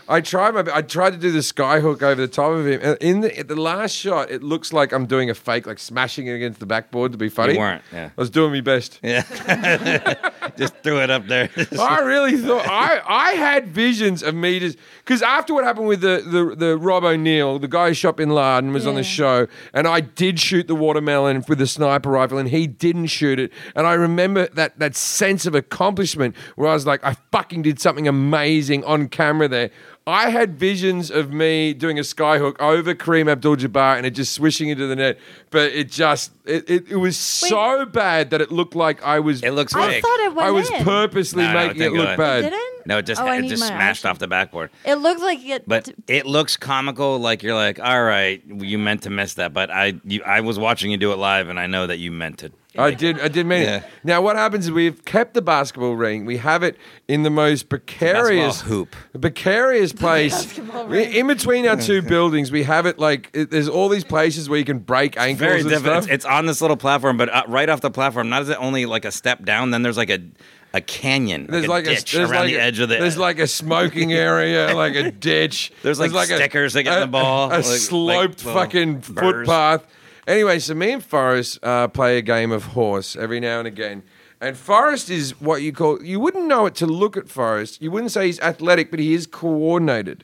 C: I tried my, I tried to do the skyhook over the top of him. And in the, at the last shot, it looks like I'm doing a fake, like smashing it against the backboard to be funny.
D: You weren't, yeah.
C: I was doing my best.
D: Just threw it up there. [laughs]
C: I really thought I, I had visions of me just because after what happened with the, the, the Rob O'Neill, the guy who shot Bin Laden was on the
E: Yeah.
C: show, and I did shoot the watermelon with a sniper rifle, and he didn't shoot it. And I remember that that sense of accomplishment where I was like, I fucking did something amazing on camera there. I had visions of me doing a skyhook over Kareem Abdul-Jabbar and it just swishing into the net, but it just it, it, it was so bad that it looked like I was
D: It looks
E: I
D: fake.
E: thought it went
C: I was
E: in.
C: purposely
D: No, no,
C: making it
D: thank
C: look
D: God.
C: bad.
E: Didn't?
D: No, it just
E: Oh, I
D: it
E: need
D: just
E: my
D: smashed
E: eyes.
D: off the backboard.
E: It looked like it.
D: But it looks comical, like you're like, all right, you meant to miss that, but I you, I was watching you do it live, and I know that you meant to.
C: I did. I did mean
D: Yeah.
C: it. Now, what happens is we've kept the basketball ring. We have it in the most precarious
D: basketball hoop.
E: [laughs]
C: precarious place
E: basketball
C: We-
E: ring.
C: in between our
D: [laughs]
C: two buildings. We have it like it, there's all these places where you can break ankles
D: Very
C: and
D: different. It's,
C: stuff.
D: it's on this little platform, but uh, right off the platform, not is it only like a step down, then there's like a a canyon,
C: there's like,
D: a ditch
C: a, there's
D: around
C: like
D: the
C: a-
D: edge of the.
C: There's like a
D: [laughs]
C: smoking area, like a ditch.
D: There's, like, stickers that get in the
C: A,
D: ball, like- like
C: sloped
D: little
C: fucking
D: burrs.
C: footpath. Anyway, so me and Forrest uh, play a game of horse every now and again. And Forrest is what you call, you wouldn't know it to look at Forrest. You wouldn't say he's athletic, but he is coordinated.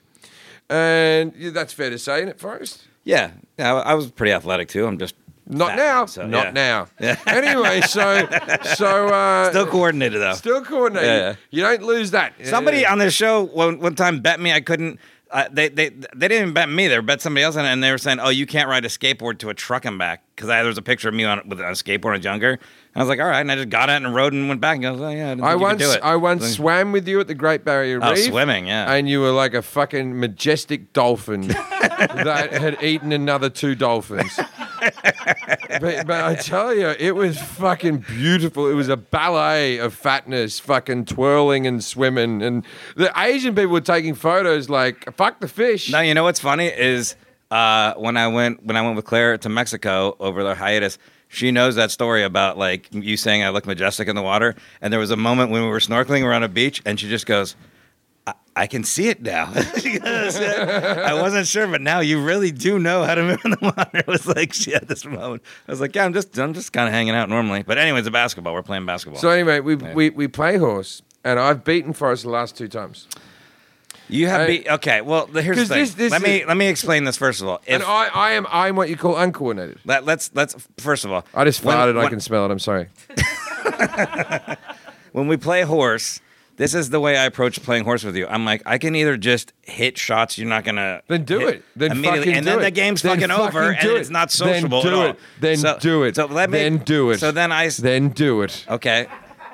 C: And yeah, that's fair to say, isn't it, Forrest?
D: yeah, yeah, I, I was pretty athletic too. I'm just
C: Not
D: fat,
C: now.
D: so,
C: Not
D: yeah.
C: now.
D: [laughs]
C: anyway, so, so, uh,
D: Still coordinated though.
C: still coordinated.
D: Yeah.
C: You don't lose that.
D: Somebody
C: Yeah.
D: on this show one, one time bet me I couldn't. Uh, they they they didn't even bet me. They bet somebody else, and, and they were saying, "Oh, you can't ride a skateboard to a truck and back." Because there was a picture of me on with a skateboard when I was younger. And I was like, "All right," and I just got it and rode and went back. And goes, "Oh yeah, I, didn't
C: I
D: think you could
C: once
D: do it."
C: I once
D: Like,
C: swam with you at the Great Barrier Reef.
D: Oh, swimming, yeah.
C: And you were like a fucking majestic
D: [laughs]
C: dolphin that had eaten another two dolphins. but, but I tell you, it was fucking beautiful. It was a ballet of fatness, fucking twirling and swimming. And the Asian people were taking photos like, fuck the fish.
D: No, you know what's funny is uh, when I went when I went with Claire to Mexico over the hiatus. She knows that story about like you saying I look majestic in the water, and there was a moment when we were snorkeling around a beach, and she just goes, "I, I can see it now." [laughs] She goes, I wasn't sure, but now you really do know how to move in the [laughs] water. It was like she had this moment. I was like, "Yeah, I'm just I'm just kind of hanging out normally." But anyways, the basketball. We're playing basketball.
C: So anyway, we, we, we play horse, and I've beaten Forrest the last two times.
D: you have
C: I-
D: be- okay. Well, the- here's the
C: 'Cause
D: thing.
C: this- this
D: let me
C: is-
D: let me explain this first of all. If-
C: and I, I am I'm what you call uncoordinated.
D: Let, let's let's first of all.
C: I just
D: when-
C: farted. I
D: when-
C: can smell it. I'm sorry.
D: When we play horse, this is the way I approach playing horse with you. I'm like, I can either just hit shots you're not gonna
C: Then do
D: hit
C: it. Then
D: immediately,
C: fucking
D: and
C: do
D: then
C: it.
D: the game's
C: Then
D: fucking, over,
C: fucking
D: and
C: do it.
D: it's not
C: Then
D: sociable
C: do
D: at all.
C: it. Then
D: So-
C: do it.
D: So let me
C: Then do it.
D: So then I s-
C: Then do it.
D: okay.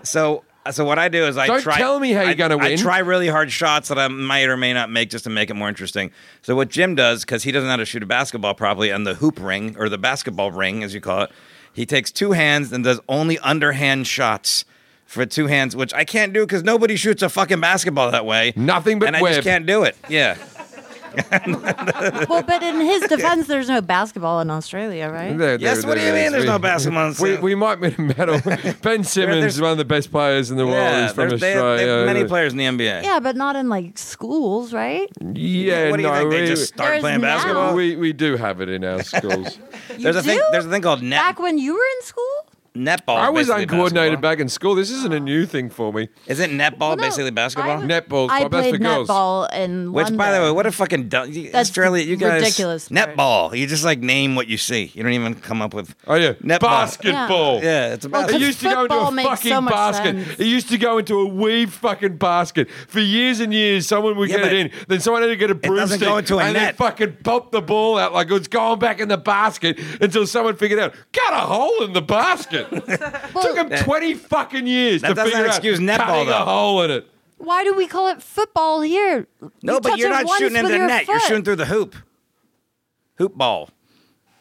D: So so what I do is I
C: Don't
D: try.
C: tell me how you're
D: I-
C: gonna
D: I
C: win.
D: try really hard shots that I might or may not make just to make it more interesting. So what Jim does because he doesn't know how to shoot a basketball properly, and the hoop ring or the basketball ring as you call it, he takes two hands and does only underhand shots. For two hands, which I can't do because nobody shoots a fucking basketball that way.
C: Nothing but
D: and I
C: web.
D: just can't do it. Yeah,
E: well, but
D: [laughs]
E: in his defense, there's no basketball in Australia, right?
C: There-
D: Yes,
C: there-
D: what do you
C: there it
D: mean
C: is.
D: there's
C: We-
D: no basketball in
C: We,
D: Sydney?
C: we might win a
D: [laughs]
C: medal. ben Simmons
D: there's-
C: is one of the best players in the world.
D: yeah.
C: He's from
D: there's- they have-
C: Australia.
D: they have many players in the NBA.
E: Yeah, but not in like schools, right?
C: Yeah,
D: what do you
C: no,
D: think?
C: we,
D: They just start
E: There's
D: playing
E: now-
D: basketball.
C: we we do have it in
D: [laughs]
C: our schools.
E: You
D: There's a
E: do?
D: thing. There's a thing called net
E: Back when you were in school?
D: netball.
C: I was
D: basically
C: uncoordinated
D: basketball.
C: back in school. This isn't a new thing for me.
D: Isn't netball
E: no,
D: basically basketball?
E: I was-
C: Netball's
E: I
C: prob- that's
E: played
C: for girls.
E: netball in
D: Which, by the
E: London.
D: way, what a fucking dumb, you-
E: That's
D: Australia. You guys
E: ridiculous part.
D: netball. You just like name what you see. You don't even come up with.
C: Oh yeah,
D: netball.
C: basketball.
D: Yeah, it's about.
E: Well,
C: It
E: Because
C: used to go into
E: football
C: a
E: makes
C: fucking
E: so much
C: basket.
E: sense.
C: It used to go into a weave fucking basket. For years and years, someone would
D: Yeah,
C: get it in.
D: but
C: Then someone had to get a broomstick
D: doesn't go into a
C: and then
D: net.
C: fucking pop the ball out like it was going back in the basket until someone figured out, got a hole in the
E: [laughs]
C: basket. Took them 20 fucking years
D: That
C: to
D: doesn't
C: figure out
D: excuse netball,
C: cutting a
D: though.
C: hole in it.
E: Why do we call it football here?
D: no,
E: You
D: but
E: touch
D: you're
E: it
D: not
E: once
D: shooting into
E: with
D: the
E: your
D: net. You're
E: foot.
D: shooting through the hoop. Hoop ball.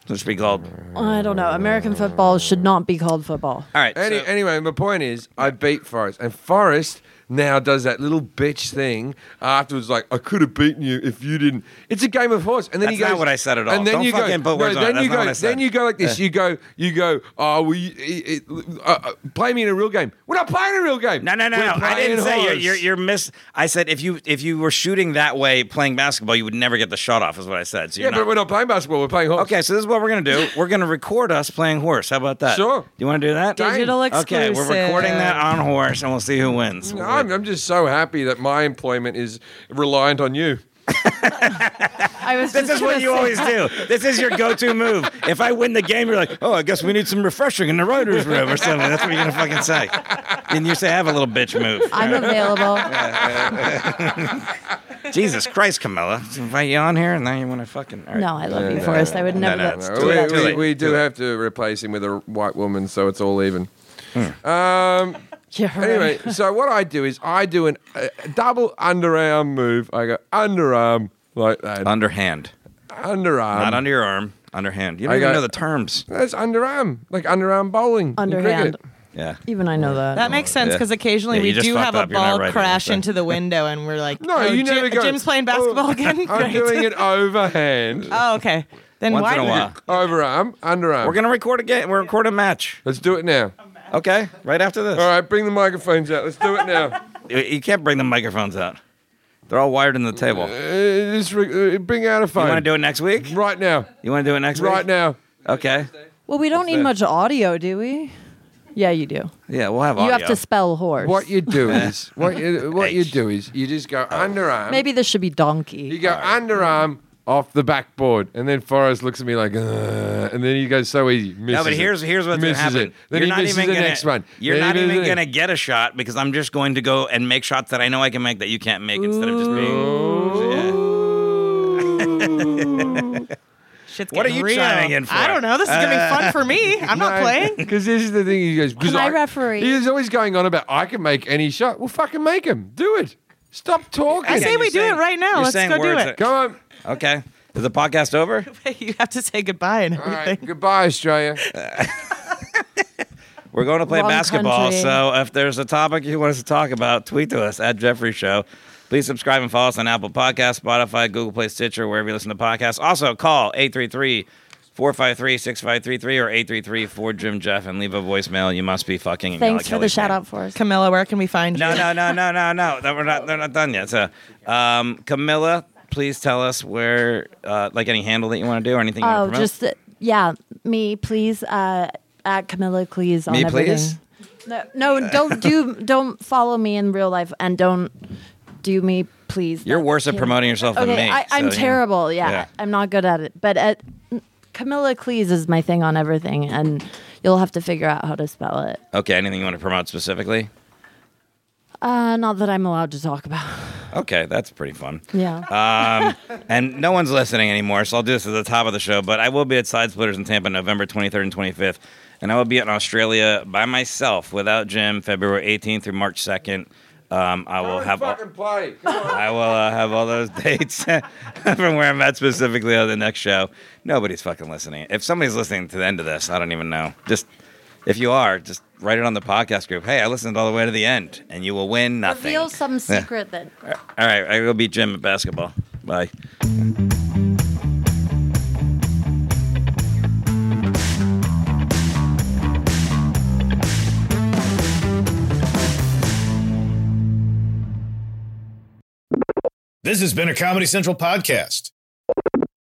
D: That should be called.
E: I don't know. American football should not be called football.
D: All right.
C: Any,
D: so-
C: anyway, my point is, I beat Forrest, and Forrest now does that little bitch thing afterwards, like I could have beaten you if you didn't. It's a game of horse, and then he
D: That's
C: goes.
D: not what I said at all.
C: And then
D: Don't
C: you go,
D: fucking
C: no,
D: put words on it.
C: then
D: That's
C: you
D: not
C: go,
D: what I said.
C: then you go like this. You go, you go. Oh, we it, it, uh, uh, play me in a real game. We're not playing a real game.
D: No, no, no,
C: We're
D: no. I didn't
C: playing
D: say you're,
C: horse.
D: you're, you're miss. I said if you if you were shooting that way playing basketball, you would never get the shot off. Is what I said. So
C: yeah,
D: you're
C: but we're not playing basketball. We're playing horse.
D: Okay, so this is what we're gonna
E: [laughs]
D: do. We're gonna record us playing horse. How about that?
C: Sure.
D: Do you want to do that?
C: Dang.
E: Digital
D: Okay,
E: exclusive.
D: we're recording that on horse, and we'll see who wins.
C: No, I'm, I'm just so happy that my employment is reliant on you.
E: I was
D: This is
E: just
D: what
E: gonna
D: you
E: say-
D: always do.
E: [laughs]
D: This is your go-to move. If I win the game, you're like, "Oh, I guess we need some refreshing in the writers' room or something." That's what you're gonna fucking say. And you say, "I have a little bitch move." [laughs]
E: I'm available.
D: Jesus Christ, Camilla, invite you on here, and now you want to fucking. all right.
E: No, I love you, Forrest. I would never.
D: no,
E: let-
D: no.
C: Uh,
D: It's too
C: we,
D: late, too
C: we-
D: late,
C: we
D: too
C: do
D: late.
C: have to replace him with a white woman, so it's all even. Um,
E: [laughs] You're right.
C: anyway, so what I do is I do an, a double underarm move. I go underarm like that.
D: Underhand,
C: underarm.
D: not under your arm. Underhand. You
C: Um, I
D: don't even
C: got-
D: know the terms.
C: That's underarm, like underarm bowling. in
E: Underhand.
C: cricket.
D: Yeah.
E: Even I know that.
G: That makes sense
D: yeah.
G: because occasionally
D: Yeah, you
G: we
D: just
G: do
D: fucked
G: have a
D: up. You're not
G: ball
D: right,
G: crash
D: Melissa.
G: into the window and we're like,
C: No,
G: oh,
C: you
G: Jim,
C: never go.
G: Jim's playing basketball
C: "Oh,
G: again.
C: I'm
G: Great.
C: doing it
D: [laughs]
C: overhand,
G: Oh, okay. Then
D: Once
G: why
D: in a
G: do
D: while.
C: overarm, underarm.
D: We're gonna record a game. We're recording a match.
C: Let's do it now.
D: Okay, right after this.
C: All right, bring the microphones out. Let's do it
D: [laughs]
C: now.
D: You- You can't bring the microphones out. They're all wired in the table. You
C: Uh, just re- uh, bring out a phone.
D: want to do it next week?
C: right now?
D: You want to do it next week?
C: Right now.
D: Okay.
E: Well, we don't need much audio, do we? Yeah, you do.
D: Yeah, we'll have audio.
E: You have to spell horse.
C: What you
D: [laughs]
C: do is what you what you
D: H. Oh.
C: do is you just go underarm.
E: Maybe this should be
C: you
E: donkey.
C: go underarm off the backboard, and then Forrest looks at me like, Ugh, and then he goes so easy. Misses
D: No, but
C: it,
D: here's here's what's gonna
C: misses
D: happen.
C: It. Then
D: you're
C: he
D: not
C: misses
D: even
C: the
D: gonna,
C: next one.
D: You're
C: Then he
D: not
C: misses
D: even
C: the
D: gonna
C: next-
D: get a shot because I'm just going to go and make shots that I know I can make that you can't make instead of just being. Yeah.
G: Shit's
D: What are
G: getting
D: you
G: real.
D: chiming in
G: I
D: for?
G: don't know. This is gonna be fun for me. I'm
C: [laughs]
G: not playing.
C: Because this is the thing he goes. Cause
E: Can I referee?
C: He's always going on about I can make any shot. Well, fucking make him. Do it. Stop talking.
G: I say
D: you're
G: we do it
D: saying-
G: right now.
D: you're
G: Let's
D: saying
G: go do
D: words
G: it.
C: Come
D: [laughs]
C: on.
D: that- okay. Is the podcast
E: [laughs]
D: over?
G: [laughs] you have to say goodbye and
C: All
G: everything.
C: right. Goodbye, Australia.
D: We're going to play
E: Wrong
D: basketball.
E: country.
D: So if there's a topic you want us to talk about, tweet to us at Jeffrey Show. Please subscribe and follow us on Apple Podcasts, Spotify, Google Play, Stitcher, wherever you listen to podcasts. Also, call 833 453 6533 or 833 4 Jim Jeff and leave a voicemail. You must be fucking. Emilia
E: Thanks for the
D: Kelly's
E: shout
D: name.
E: out, Forrest.
G: Camilla, where can we find
D: No,
G: you?
D: no, no, no, no, no. That we're not. They're not done yet. So, um, Camilla, please tell us where, uh, like any handle that you want to do or anything. you want
E: Oh,
D: to promote.
E: just uh, yeah, me please uh, at Camilla Cleese on
D: Me,
E: everything.
D: please?
E: No, no, don't do don't follow me in real life and don't do me please.
D: You're
E: That
D: worse at
E: can't-
D: promoting yourself
E: Okay,
D: than me.
E: I, I'm
D: so, you know.
E: terrible. Yeah,
D: Yeah.
E: I'm not good at it. But at, Camilla Cleese is my thing on everything, and you'll have to figure out how to spell it.
D: Okay. Anything you want to promote specifically?
E: Uh, not that I'm allowed to talk about.
D: Okay, that's pretty fun.
E: [laughs] Yeah.
D: And no one's listening anymore, so I'll do this at the top of the show. But I will be at Side Splitters in Tampa November 23rd and 25th. And I will be in Australia by myself without Jim February 18th through March 2nd. Um, I will have all,
C: fucking play. Come on.
D: I will uh, have all those [laughs] dates from where I'm at specifically on the next show. Nobody's fucking listening. If somebody's listening to the end of this, I don't even know. Just if you are, just write it on the podcast group. Hey, I listened all the way to the end, and you will win nothing.
E: Reveal some secret that
D: All right, I will be Jim at basketball. Bye.
B: This has been a Comedy Central podcast.